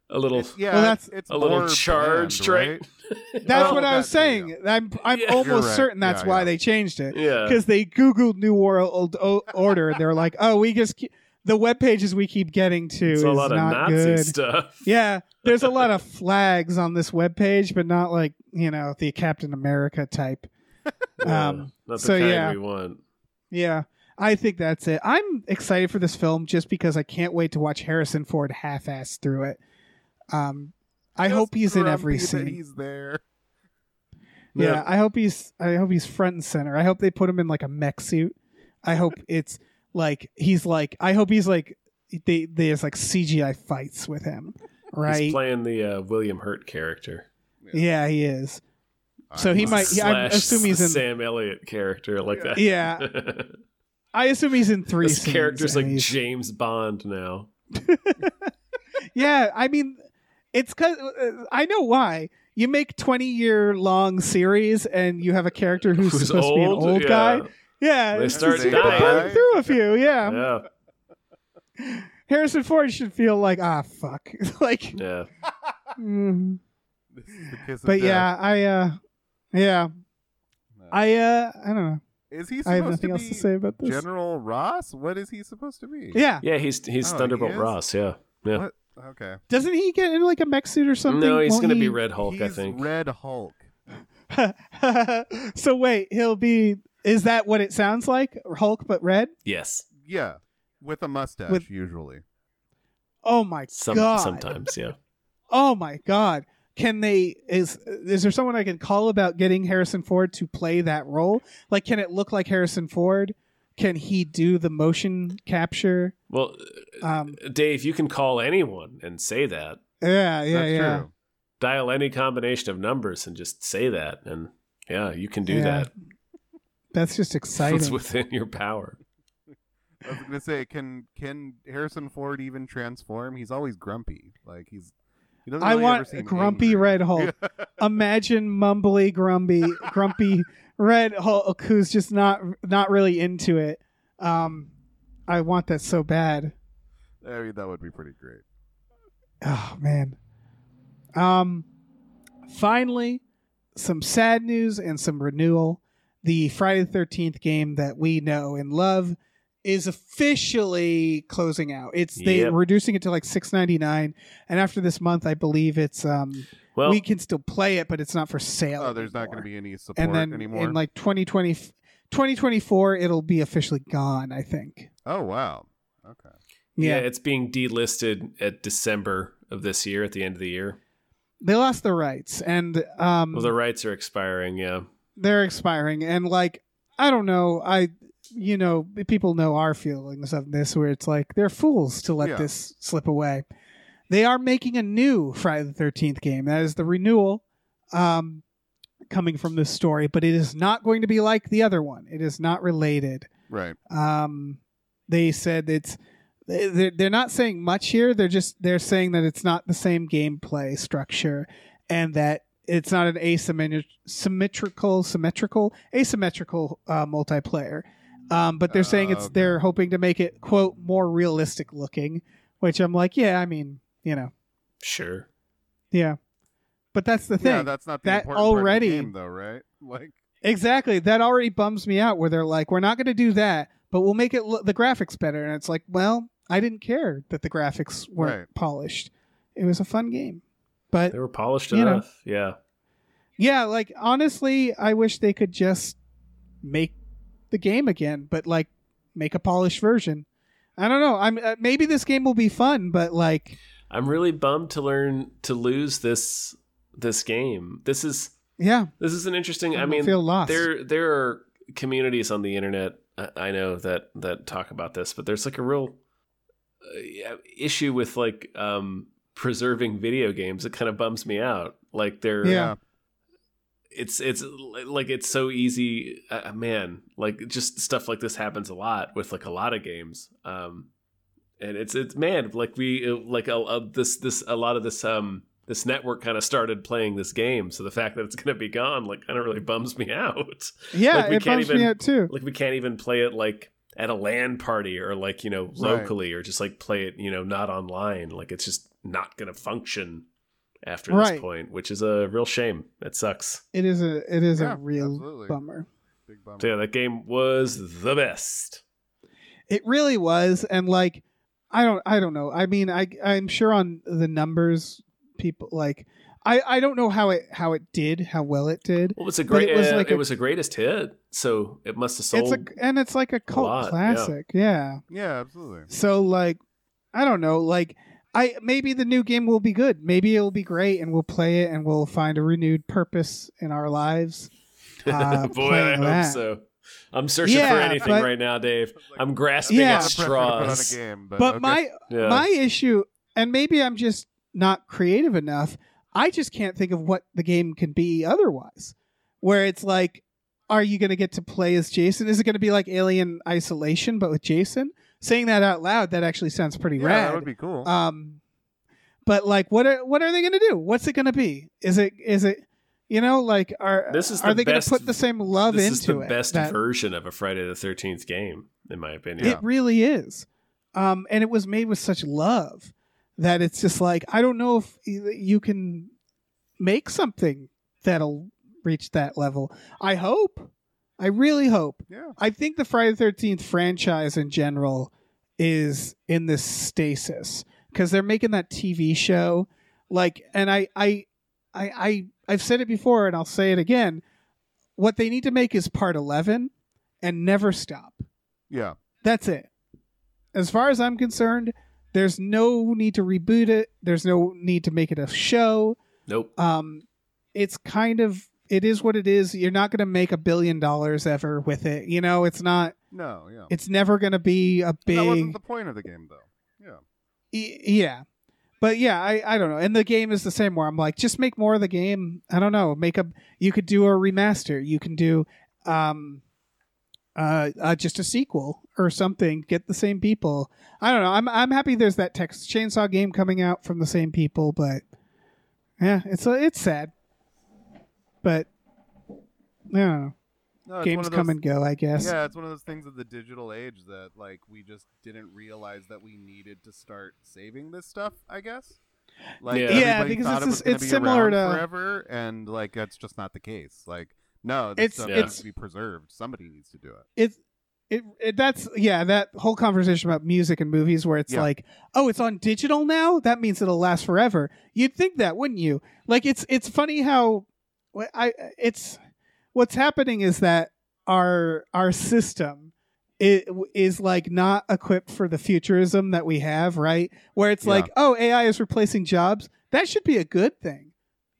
a little.
It's- yeah,
Well, that's-
it's
a little
more
charged,
bland,
right?
know. that's
Oh,
what I was
that-
saying. I'm I'm
Yeah.
You're
almost
right.
certain that's
Yeah,
why
yeah.
they changed it
yeah.
because they Googled New World O- Order and they're like, oh, we just keep, the web pages we keep getting to
It's
is
a lot of
not
Nazi
good.
stuff. <laughs>
Yeah, there's a lot of flags on this webpage, but not like you know the Captain America type.
Yeah,
Um,
not the
so,
kind
yeah.
we want.
Yeah, I think that's it. I'm excited for this film just because I can't wait to watch Harrison Ford half-ass through it. Um, I
Just
hope he's in every
grumpy that
scene.
He's there.
Yeah,
Yeah.
I hope he's I hope he's front and center. I hope they put him in like a mech suit. I hope it's like he's like I hope he's like they there's like CGI fights with him,
He's
right?
playing the uh, William Hurt character.
yeah, he is. So he
I'm-
might- yeah, I
Slash
assume he's
<laughs>
in-
Sam Elliott character like that. <laughs>
Yeah, I assume he's in three.
this
scenes,
character's
and
like
he's-
James Bond now.
yeah. I mean, it's because I know why you make twenty year long series and you have a character who's,
Who's
supposed to be an
old,
old
yeah.
guy. Um, Yeah,
They
it's
start
just you can put
dying.
him through a few. Yeah.
Yeah,
Harrison Ford should feel like ah fuck <laughs> like.
yeah.
mm.
This is the kiss of
But
death.
yeah, I uh, yeah,
No.
I uh, I don't know.
is he supposed
I have nothing
to
else to
be
say about this.
General Ross? What is he supposed to be?
yeah,
Yeah, he's he's
Oh,
Thunderbolt
he is?
Ross. Yeah, yeah.
What? Okay.
doesn't he get in like a mech suit or something?
no, he's
Won't
gonna
he-
be Red Hulk.
He's
I think.
Red Hulk.
<laughs> so wait, he'll be. Is that what it sounds like? Hulk, but red.
yes,
Yeah, with a mustache
With-
usually.
Oh my
some
god!
sometimes. Yeah.
Oh my god! Can they? Is is there someone I can call about getting Harrison Ford to play that role? Like, can it look like Harrison Ford? Can he do the motion capture?
Well,
Um,
Dave, you can call anyone and say that.
yeah, yeah,
That's
yeah.
true.
Dial any combination of numbers and just say that, and yeah, you can do
Yeah,
that. <laughs>
That's just exciting.
It's within your power.
I was gonna say, can can Harrison Ford even transform? He's always grumpy. Like he's. He doesn't
I
really ever
want
seem
grumpy
angry.
Red Hulk. Imagine mumbly, grumpy, grumpy Red Hulk who's just not not really into it. Um, I want that so bad.
<laughs> I mean, that would be pretty great.
Oh man. Um, finally, some sad news and some renewal. The Friday the Thirteenth game that we know and love is officially closing out. It's they're
Yep.
reducing it to like six ninety nine, and after this month, I believe it's um
Well,
we can still play it, but it's not for sale.
Oh, there's not
anymore.
going to be any support
And then
anymore.
in like 2020, 2024, it'll be officially gone. I think.
oh wow. Okay.
yeah.
Yeah,
it's being delisted at December of this year, at the end of the year.
they lost the rights, and um,
Well, the rights are expiring. Yeah,
they're expiring and like i don't know i you know people know our feelings of this where it's like they're fools to let
Yeah.
this slip away they are making a new friday the 13th game that is the renewal um coming from this story, but it is not going to be like the other one. It is not related.
Right.
Um, they said it's they're, they're not saying much here. They're just they're saying that it's not the same gameplay structure and that it's not an asymmetrical symmetrical asymmetrical uh, multiplayer. Um, but they're saying it's
Oh, Okay.
they're hoping to make it quote more realistic looking, which I'm like, yeah, I mean, you know,
Sure.
yeah. But that's the thing.
Yeah, that's not the
that
important part of the
already-
game, though, right? <laughs> Like,
Exactly. That already bums me out where they're like, we're not going to do that, but we'll make it lo- the graphics better. And it's like, well, I didn't care that the graphics weren't
Right.
polished. It was a fun game. But
They were polished
You know.
enough. Yeah.
yeah, like honestly, I wish they could just make the game again, but like make a polished version. I don't know. I'm uh, maybe this game will be fun, but like
I'm really bummed to learn to lose this this game. This is
yeah,
this is an interesting.
I,
I,
don't
mean,
feel lost.
there there are communities on the internet I I know that that talk about this, but there's like a real uh, yeah, issue with like um, preserving video games. It kind of bums me out. Like they're
Yeah.
it's it's li- like it's so easy, uh, man. Like just stuff like this happens a lot with like a lot of games. Um, and it's it's man, like we uh, like a, a, this this a lot of this um this network kind of started playing this game. So the fact that it's gonna be gone like kind of really bums me <laughs> out.
yeah,
like, we
it
can't
bums me
even-
out too.
<laughs> like we can't even play it like at a land party or like you know locally or just like play it you know not online like it's just not gonna function after
Right.
this point which is a real shame it sucks
It is a it is
Yeah,
a real
absolutely.
bummer.
big bummer.
so yeah that game was the best
It really was, and like, I don't, I don't know. I mean, I, I'm sure on the numbers, people like, I, I don't know how it, how it did, how well it did.
well it's a
But
great
it was
uh,
like
it
a-
was a greatest hit so it must have sold
it's
<laughs>
a, and it's like a cult
lot, yeah.
classic, yeah.
Yeah, absolutely.
So like, I don't know, like. I, maybe the new game will be good. Maybe it'll be great, and we'll play it, and we'll find a renewed purpose in our lives. Uh,
boy
playing
i hope
that.
so i'm searching
Yeah,
for anything
but-
right now dave
Like,
i'm grasping
Yeah.
at
Not a pressure to put on a
straws
game, but,
But
okay.
my
yeah
my issue and maybe i'm just not creative enough i just can't think of what the game can be otherwise where it's like are you going to get to play as jason is it going to be like alien isolation but with jason saying that out loud that actually sounds pretty
yeah,
rad
that would be cool.
um but like what are what are they going to do what's it going to be is it is it you know like are
This is
are
the
they going to
best-
put the same love
this
into
is the
it
best
that-
version of a friday the 13th game in my opinion
Yeah.
it really is. Um, and it was made with such love that it's just like I don't know if y- you can make something that'll reach that level. I hope. I really hope.
yeah.
I think the Friday the Thirteenth franchise in general is in this stasis because they're making that TV show. Like, and I, I, I, I, I've said it before, and I'll say it again. What they need to make is part eleven, and never stop.
Yeah.
That's it. As far as I'm concerned, there's no need to reboot it. There's no need to make it a show.
nope
Um, it's kind of it is what it is. You're not going to make a billion dollars ever with it. You know, it's not.
No, yeah.
It's never going to be a
That
big.
wasn't the point of the game, though.
y- E, yeah, but yeah, I I don't know. And the game is the same. Where I'm like, just make more of the game. I don't know. Make a. You could do a remaster. You can do, um, uh, uh just a sequel or something. Get the same people. I don't know. I'm I'm happy there's that Texas Chainsaw game coming out from the same people, but yeah, it's it's sad. But I don't know.
No, it's one
Games
of
come
those,
and go, I guess.
Yeah, it's one of those things of the digital age that like we just didn't realize that we needed to start saving this stuff. I guess. Like
Yeah.
Yeah,
everybody
because
thought
it's
it was
just-
gonna
it's
be
similar
around
to-
forever, and like that's just not the case. Like no, this
It's-
stuff
Yeah.
needs to be preserved. Somebody needs to do it.
it's it, it that's yeah that whole conversation about music and movies where it's
Yeah.
like oh it's on digital now that means it'll last forever you'd think that wouldn't you like it's it's funny how wh- i it's what's happening is that our our system i- is like not equipped for the futurism that we have right where it's
Yeah.
like oh ai is replacing jobs that should be a good thing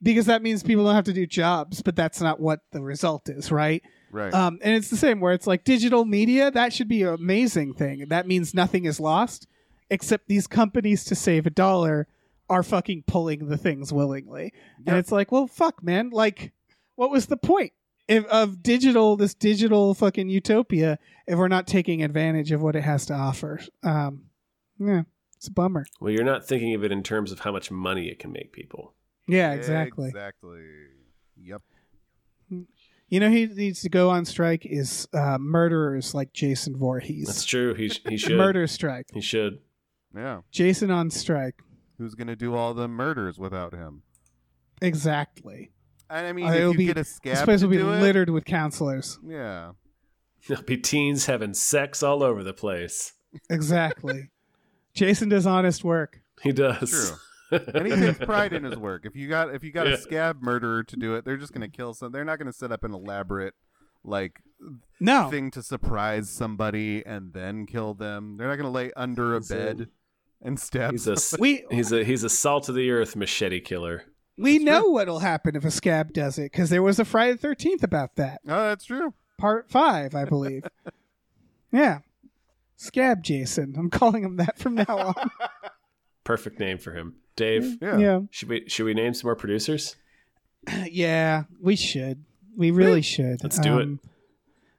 because that means people don't have to do jobs but that's not what the result is right
Right.
um, and it's the same where it's like digital media, that should be an amazing thing. That means nothing is lost, except these companies to save a dollar are fucking pulling the things willingly.
Yeah.
And it's like, well, fuck, man. Like, what was the point if, of digital this digital fucking utopia if we're not taking advantage of what it has to offer? Um, yeah, it's a bummer.
Well, you're not thinking of it in terms of how much money it can make people.
Yeah, exactly.
Exactly. Yep.
You know, he needs to go on strike is uh, murderers like Jason Voorhees.
That's true. He sh-
<laughs>
he should.
Murder strike.
He should.
Yeah.
Jason on strike.
Who's gonna do all the murders without him?
Exactly.
And I mean,
Uh,
if
it'll
you
be-
get a scab
<laughs> this place
to
will be
do it-
littered with counselors.
Yeah.
There'll be teens having sex all over the place.
<laughs>
Exactly. Jason does honest work.
He does. <laughs>
True. and he takes pride in his work. If you got if you got
Yeah.
a scab murderer to do it, they're just gonna kill some. They're not gonna set up an elaborate like
No,
thing to surprise somebody and then kill them. They're not gonna lay under a
He's a-
bed and stab.
He's a s-
we
he's a he's a salt of the earth machete killer.
we know what'll happen if a scab does it because there was a Friday the Thirteenth about that,
oh, that's true.
part five, I
<laughs>
believe. yeah, scab Jason. I'm calling him that from now on.
Perfect name for him.
Mm.
Dave,
<laughs> Yeah.
should we should we name some more producers?
yeah, Yeah, We should. We really should.
Let's do it.
it.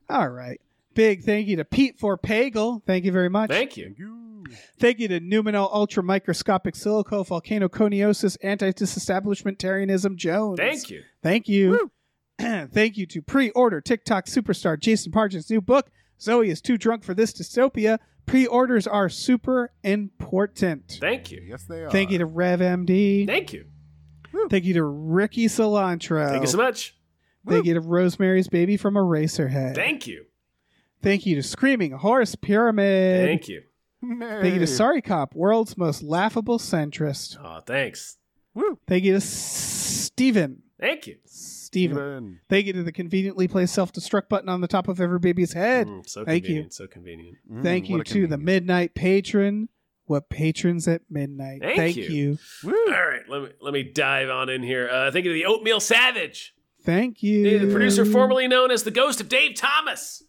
All right. Big thank you to Pete for Pagel. Thank you very much.
Thank you.
Thank you to Numenal Ultra Microscopic Silico Volcanoconiosis Anti Disestablishmentarianism Jones.
Thank you.
Thank you. <clears throat> Thank you to pre order TikTok superstar Jason Parchin's new book, Zoe is Too Drunk for This Dystopia. Pre orders are super important.
Thank you.
Yes, they are.
Thank you to RevMD.
Thank you.
Thank you to Ricky Cilantro.
Thank you so much.
Thank you to Rosemary's Baby from Eraserhead.
Thank you.
Thank you to Screaming Horse Pyramid.
Thank you.
Thank you to Sorry Cop, world's most laughable centrist.
Oh, thanks.
Woo.
Thank you to Steven.
Thank you.
Steven.
Even.
Thank you to the conveniently placed self destruct button on the top of every baby's head.
Mm, so
Thank you.
convenient. So convenient.
Mm,
Thank you
what
to
a
the
convenience.
midnight patron. What patrons at midnight?
Thank you.
you.
All right, let me let me dive on in here. Uh, thank you to the Oatmeal Savage,
Thank
Thank you
you.
to the producer formerly known as the Ghost of Dave Thomas.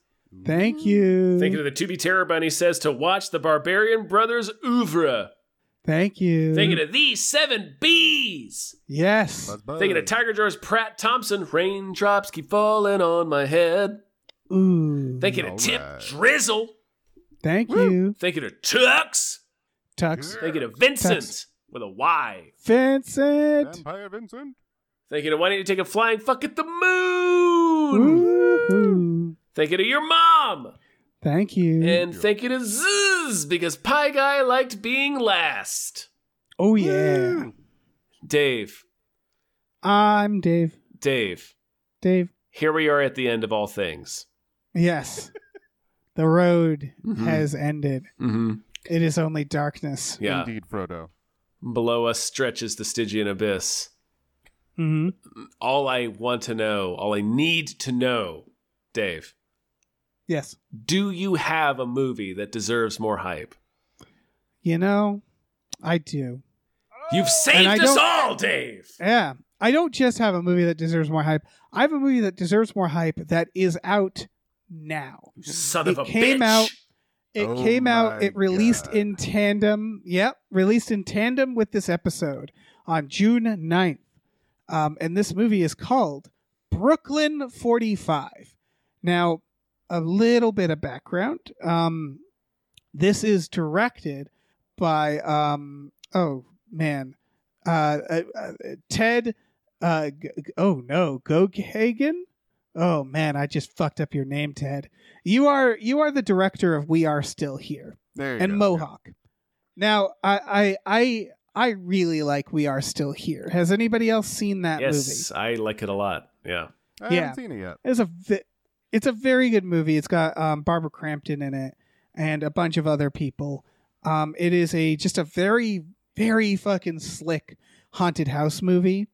Thank you.
Thank you to the To Be Terror Bunny says to watch the Barbarian Brothers oeuvre.
Thank you.
Thank you to these seven bees.
Yes.
Buzz, buzz.
Thank you to Tiger Jaws Pratt Thompson. Raindrops keep falling on my head.
Ooh.
Thank you to
All
Tip
right.
Drizzle.
Thank you.
Thank you to Tux.
Tux.
Thank you to Vincent
Tux.
with a Y.
Vincent.
Vampire Vincent.
Thank you to Why Don't You Take a Flying Fuck at the Moon.
Ooh.
Thank you to your mom.
Thank you.
And thank you to Zzz because Pie Guy liked being last.
oh, yeah.
Dave,
I'm Dave.
Dave,
Dave.
here we are at the end of all things.
Yes. the road has ended.
Mm-hmm.
It is only darkness.
Yeah.
Indeed, Frodo.
Below us stretches the Stygian abyss.
Mm-hmm.
All I want to know, all I need to know, Dave,
Yes.
do you have a movie that deserves more hype?
You know, I do.
You've
And I
saved us
don't-
all, Dave.
Yeah. I don't just have a movie that deserves more hype. I have a movie that deserves more hype that is out now.
Son of
It
a
came
bitch.
out- It
Oh
came out,
my
it released
God.
in tandem. Yep, released in tandem with this episode on June 9th. Um, and this movie is called Brooklyn 45. Now, a little bit of background. Um, this is directed by, um, oh man, uh, uh, uh, Ted, uh, G- G- oh no, Goghagen? Oh man, I just fucked up your name, Ted. You are you are the director of We Are Still Here
There you
and
go.
Mohawk. Now, I, I I I really like We Are Still Here. Has anybody else seen that movie?
Yes, I like it a lot. Yeah.
I
Yeah.
haven't seen it yet.
It's a vi- it's a very good movie. It's got um, Barbara Crampton in it and a bunch of other people. Um, it is a just a very very fucking slick haunted house movie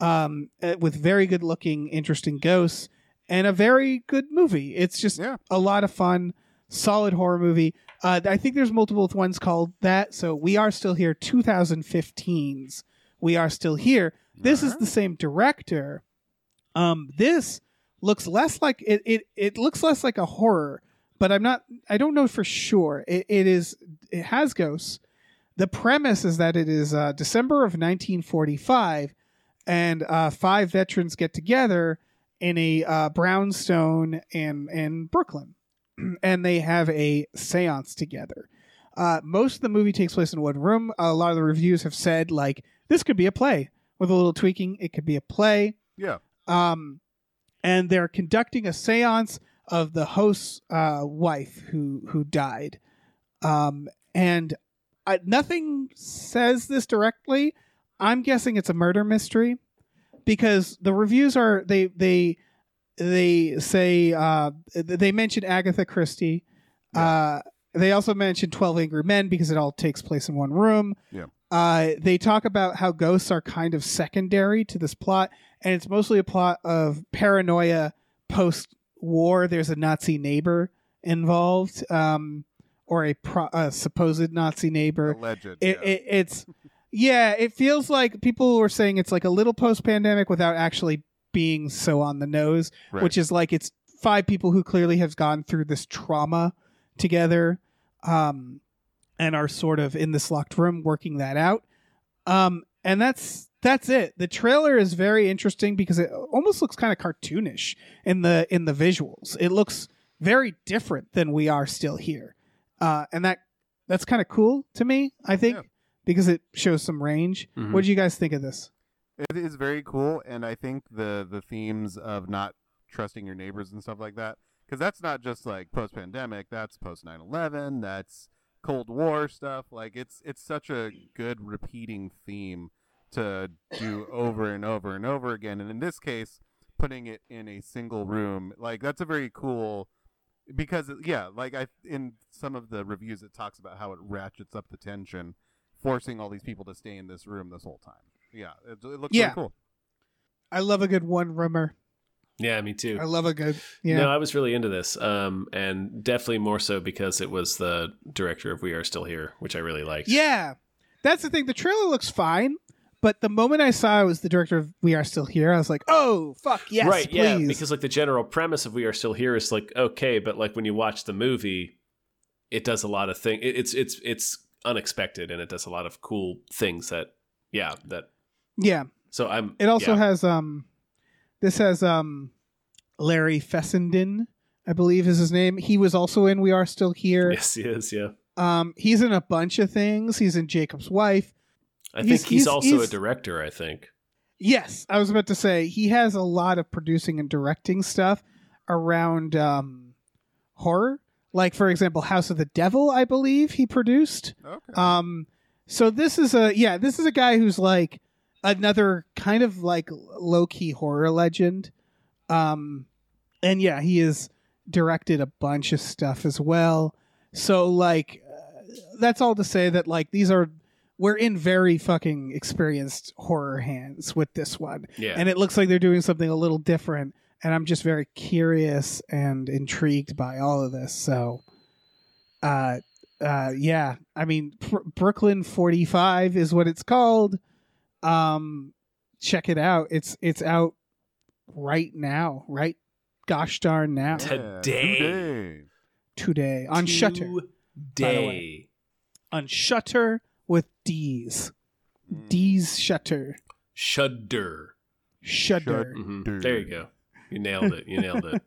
um, uh, with very good looking, interesting ghosts and a very good movie. It's just
Yeah.
a lot of fun, solid horror movie. Uh, I think there's multiple ones called that. So we are still here. 2015's we are still here. This is
Alright.
the same director. Um, this looks less like it, it. It looks less like a horror, but I'm not. I don't know for sure. It, it is. It has ghosts. The premise is that it is uh, December of 1945, and uh, five veterans get together in a uh, brownstone in in Brooklyn, <clears throat> and they have a séance together. Uh, most of the movie takes place in one room. A lot of the reviews have said like this could be a play with a little tweaking. It could be a play.
Yeah.
Um, and they're conducting a séance of the host's uh, wife who who died. Um, and I, nothing says this directly. I'm guessing it's a murder mystery because the reviews are they they they say uh, they mention Agatha Christie. Uh, they also mention Twelve Angry Men because it all takes place in one room.
Yeah.
Uh, they talk about how ghosts are kind of secondary to this plot, and it's mostly a plot of paranoia post war. There's a Nazi neighbor involved, um, or a, pro- a supposed Nazi neighbor
Alleged.
it,
yeah.
it it's yeah it feels like people were saying it's like a little post-pandemic without actually being so on the nose
Right.
which is like it's five people who clearly have gone through this trauma together um and are sort of in this locked room working that out um and that's that's it the trailer is very interesting because it almost looks kind of cartoonish in the in the visuals it looks very different than we are still here uh and that that's kind of cool to me i think
Yeah.
because it shows some range
Mhm.
what do you guys think of this
It is very cool, and I think the the themes of not trusting your neighbors and stuff like that, because that's not just like post pandemic. That's post 9-11, That's Cold War stuff. Like it's it's such a good repeating theme to do over and over and over again. And in this case, putting it in a single room, like that's a very cool because yeah, like I in some of the reviews it talks about how it ratchets up the tension, forcing all these people to stay in this room this whole time. Yeah, it, it looks
Yeah.
really cool.
i love a good one roomer
Yeah, me too.
i love a good yeah
No, I was really into this, um, and definitely more so because it was the director of We Are Still Here, which I really liked.
Yeah, that's the thing. The trailer looks fine, but the moment I saw it was the director of We Are Still Here, I was like, oh fuck yes,
right.
please.
Yeah, because like the general premise of We Are Still Here is like okay, but like when you watch the movie, it does a lot of things. It, it's it's it's unexpected, and it does a lot of cool things that yeah that.
yeah.
So I'm.
It also
yeah.
has um, this has um, Larry Fessenden, I believe is his name. He was also in We Are Still Here.
yes, he is. Yeah,
Um, he's in a bunch of things. He's in Jacob's Wife.
I
He's-
think he's,
he's-
also
he's-
a director. I think.
Yes, I was about to say he has a lot of producing and directing stuff around um, horror. Like for example, House of the Devil, I believe he produced.
Okay.
Um, so this is a yeah, this is a guy who's like another kind of like low key horror legend. Um, and yeah, he has directed a bunch of stuff as well. So like, uh, that's all to say that like these are we're in very fucking experienced horror hands with this one,
Yeah.
and it looks like they're doing something a little different. And I'm just very curious and intrigued by all of this. So, uh, uh, yeah, I mean, Pr- Brooklyn 45 is what it's called. Um, check it out. It's it's out right now, right? Gosh darn now,
Yeah,
Today.
today.
today on Shutter,
Day.
on Shutter with D's,
Mm.
D's Shutter,
Shudder.
Shutter.
Mhm.
Dude.
There you go. You nailed it. You nailed
<laughs>
it.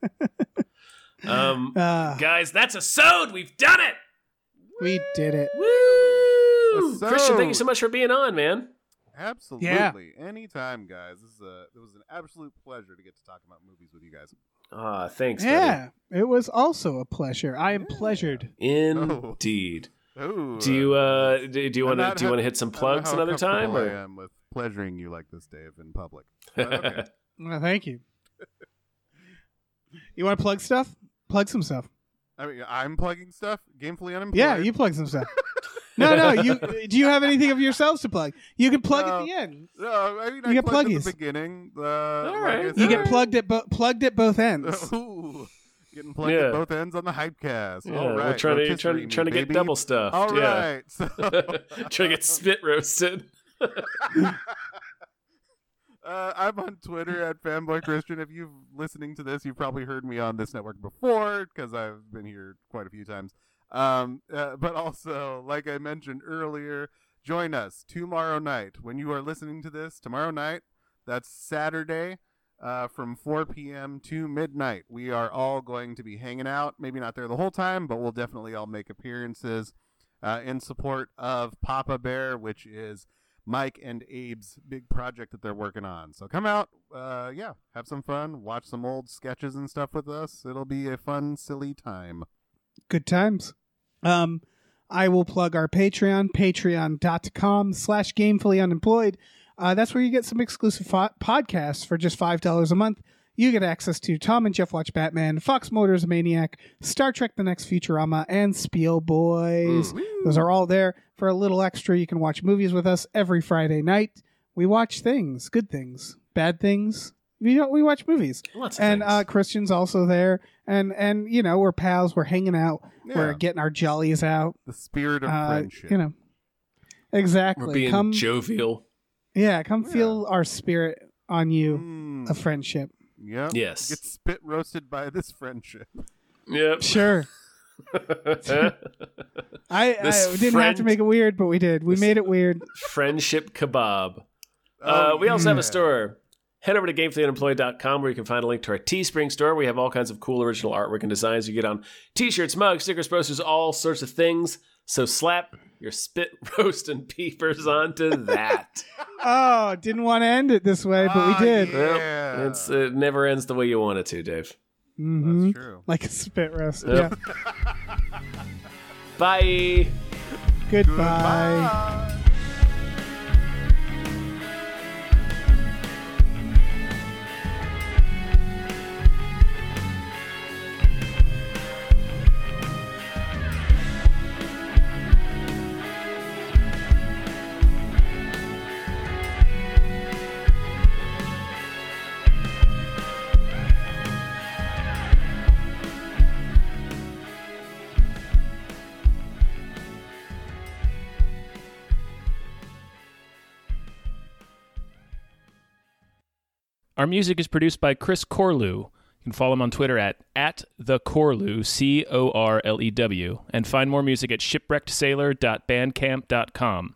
um,
Uh,
guys, that's a sewed. We've done it.
we did it.
Woo!
Episode.
Christian, thank you so much for being on, man.
Absolutely.
Yeah.
Anytime, guys. This is a it was an absolute pleasure to get to talk about movies with you guys.
Ah, thanks.
yeah, it was also a pleasure. I am pleasured.
buddy. indeed.
Oh,
Do you uh do do you
I'm
want to
not
do you
how-
want to hit some
I don't know
plugs
how
another time
comfortable
or?
I am with pleasuring you like this, Dave, in
<laughs>
public. But okay.
Well, Uh, thank you. You want to plug stuff? Plug some stuff.
I mean, I'm plugging stuff. Gamefully unemployed.
Yeah, you plug some stuff. no, no. You uh, do you have anything of yourselves to plug? You can plug at
No.
the end.
No, I mean, I
You get
plugged at
pluggies.
the beginning. Uh,
right.
Like I
You
said.
get plugged at bo- plugged at both
<laughs>
ends.
Ooh, getting plugged
Yeah.
at both ends on the hypecast.
Yeah,
All right,
we're trying to
rotisserie
trying, trying to
me,
get
baby.
double stuffed.
All
yeah,
right, so
<laughs> trying to get spit roasted.
Uh, I'm on Twitter at fanboy Christian. If you're listening to this, you've probably heard me on this network before because I've been here quite a few times. Um, uh, but also, like I mentioned earlier, join us tomorrow night when you are listening to this. Tomorrow night, that's Saturday. uh, from 4 p.m. to midnight. We are all going to be hanging out. Maybe not there the whole time, but we'll definitely all make appearances uh, in support of Papa Bear, which is Mike and Abe's big project that they're working on. So come out, uh, yeah, have some fun, watch some old sketches and stuff with us. It'll be a fun, silly time.
Good times. Um, I will plug our Patreon, patreon.com slash gamefully unemployed. Uh, that's where you get some exclusive fo- podcasts for just $5 a month. You get access to Tom and Jeff Watch Batman, Fox Motors Maniac, Star Trek The Next Futurama, and Spiel Boys. Those are all there for a little extra. You can watch movies with us every Friday night. We watch things, good things, bad things. We, don't, we watch movies.
Lots of
And
things.
uh, Christian's also there. And, and, you know, we're pals. We're hanging out. We're
Yeah.
getting our jollies out.
The spirit of
Uh,
friendship.
You know, exactly.
We're being
come,
jovial.
yeah, come feel our spirit on you
Mm,
of friendship.
yep.
Yes.
Get spit roasted by this friendship.
<laughs>
Yep. <laughs>
Sure. I, I
<laughs> This
we didn't have to
friend-
make it weird, but we did. We
This-
made it weird.
Friendship kebab.
Oh,
uh, we also have
yeah.
a store. Head over to gamefullyunemployed.com where you can find a link to our Teespring store. We have all kinds of cool original artwork and designs you get on t shirts, mugs, stickers, posters, all sorts of things. So slap your spit <laughs> roast and peepers onto that.
Oh, didn't want to end it this way, but
Ah,
we did.
<laughs> yeah.
it's, it never ends the way you want it to, Dave.
hmm
That's true.
Like a spit roast.
Yep.
Yeah.
Bye.
Goodbye.
Goodbye.
Our music is produced by Chris Corlew. You can follow him on Twitter at, at the Corlew, C O R L E W, and find more music at shipwreckedsailor.bandcamp.com.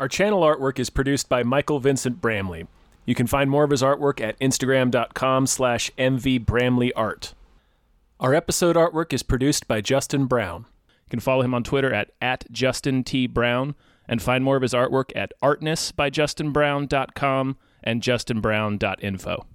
Our channel artwork is produced by Michael Vincent Bramley. You can find more of his artwork at instagram.com slash mvbramleyart. Our episode artwork is produced by Justin Brown. You can follow him on Twitter at, at Justin T. Brown and find more of his artwork at artnessbyjustinbrown.com and justinbrown.info.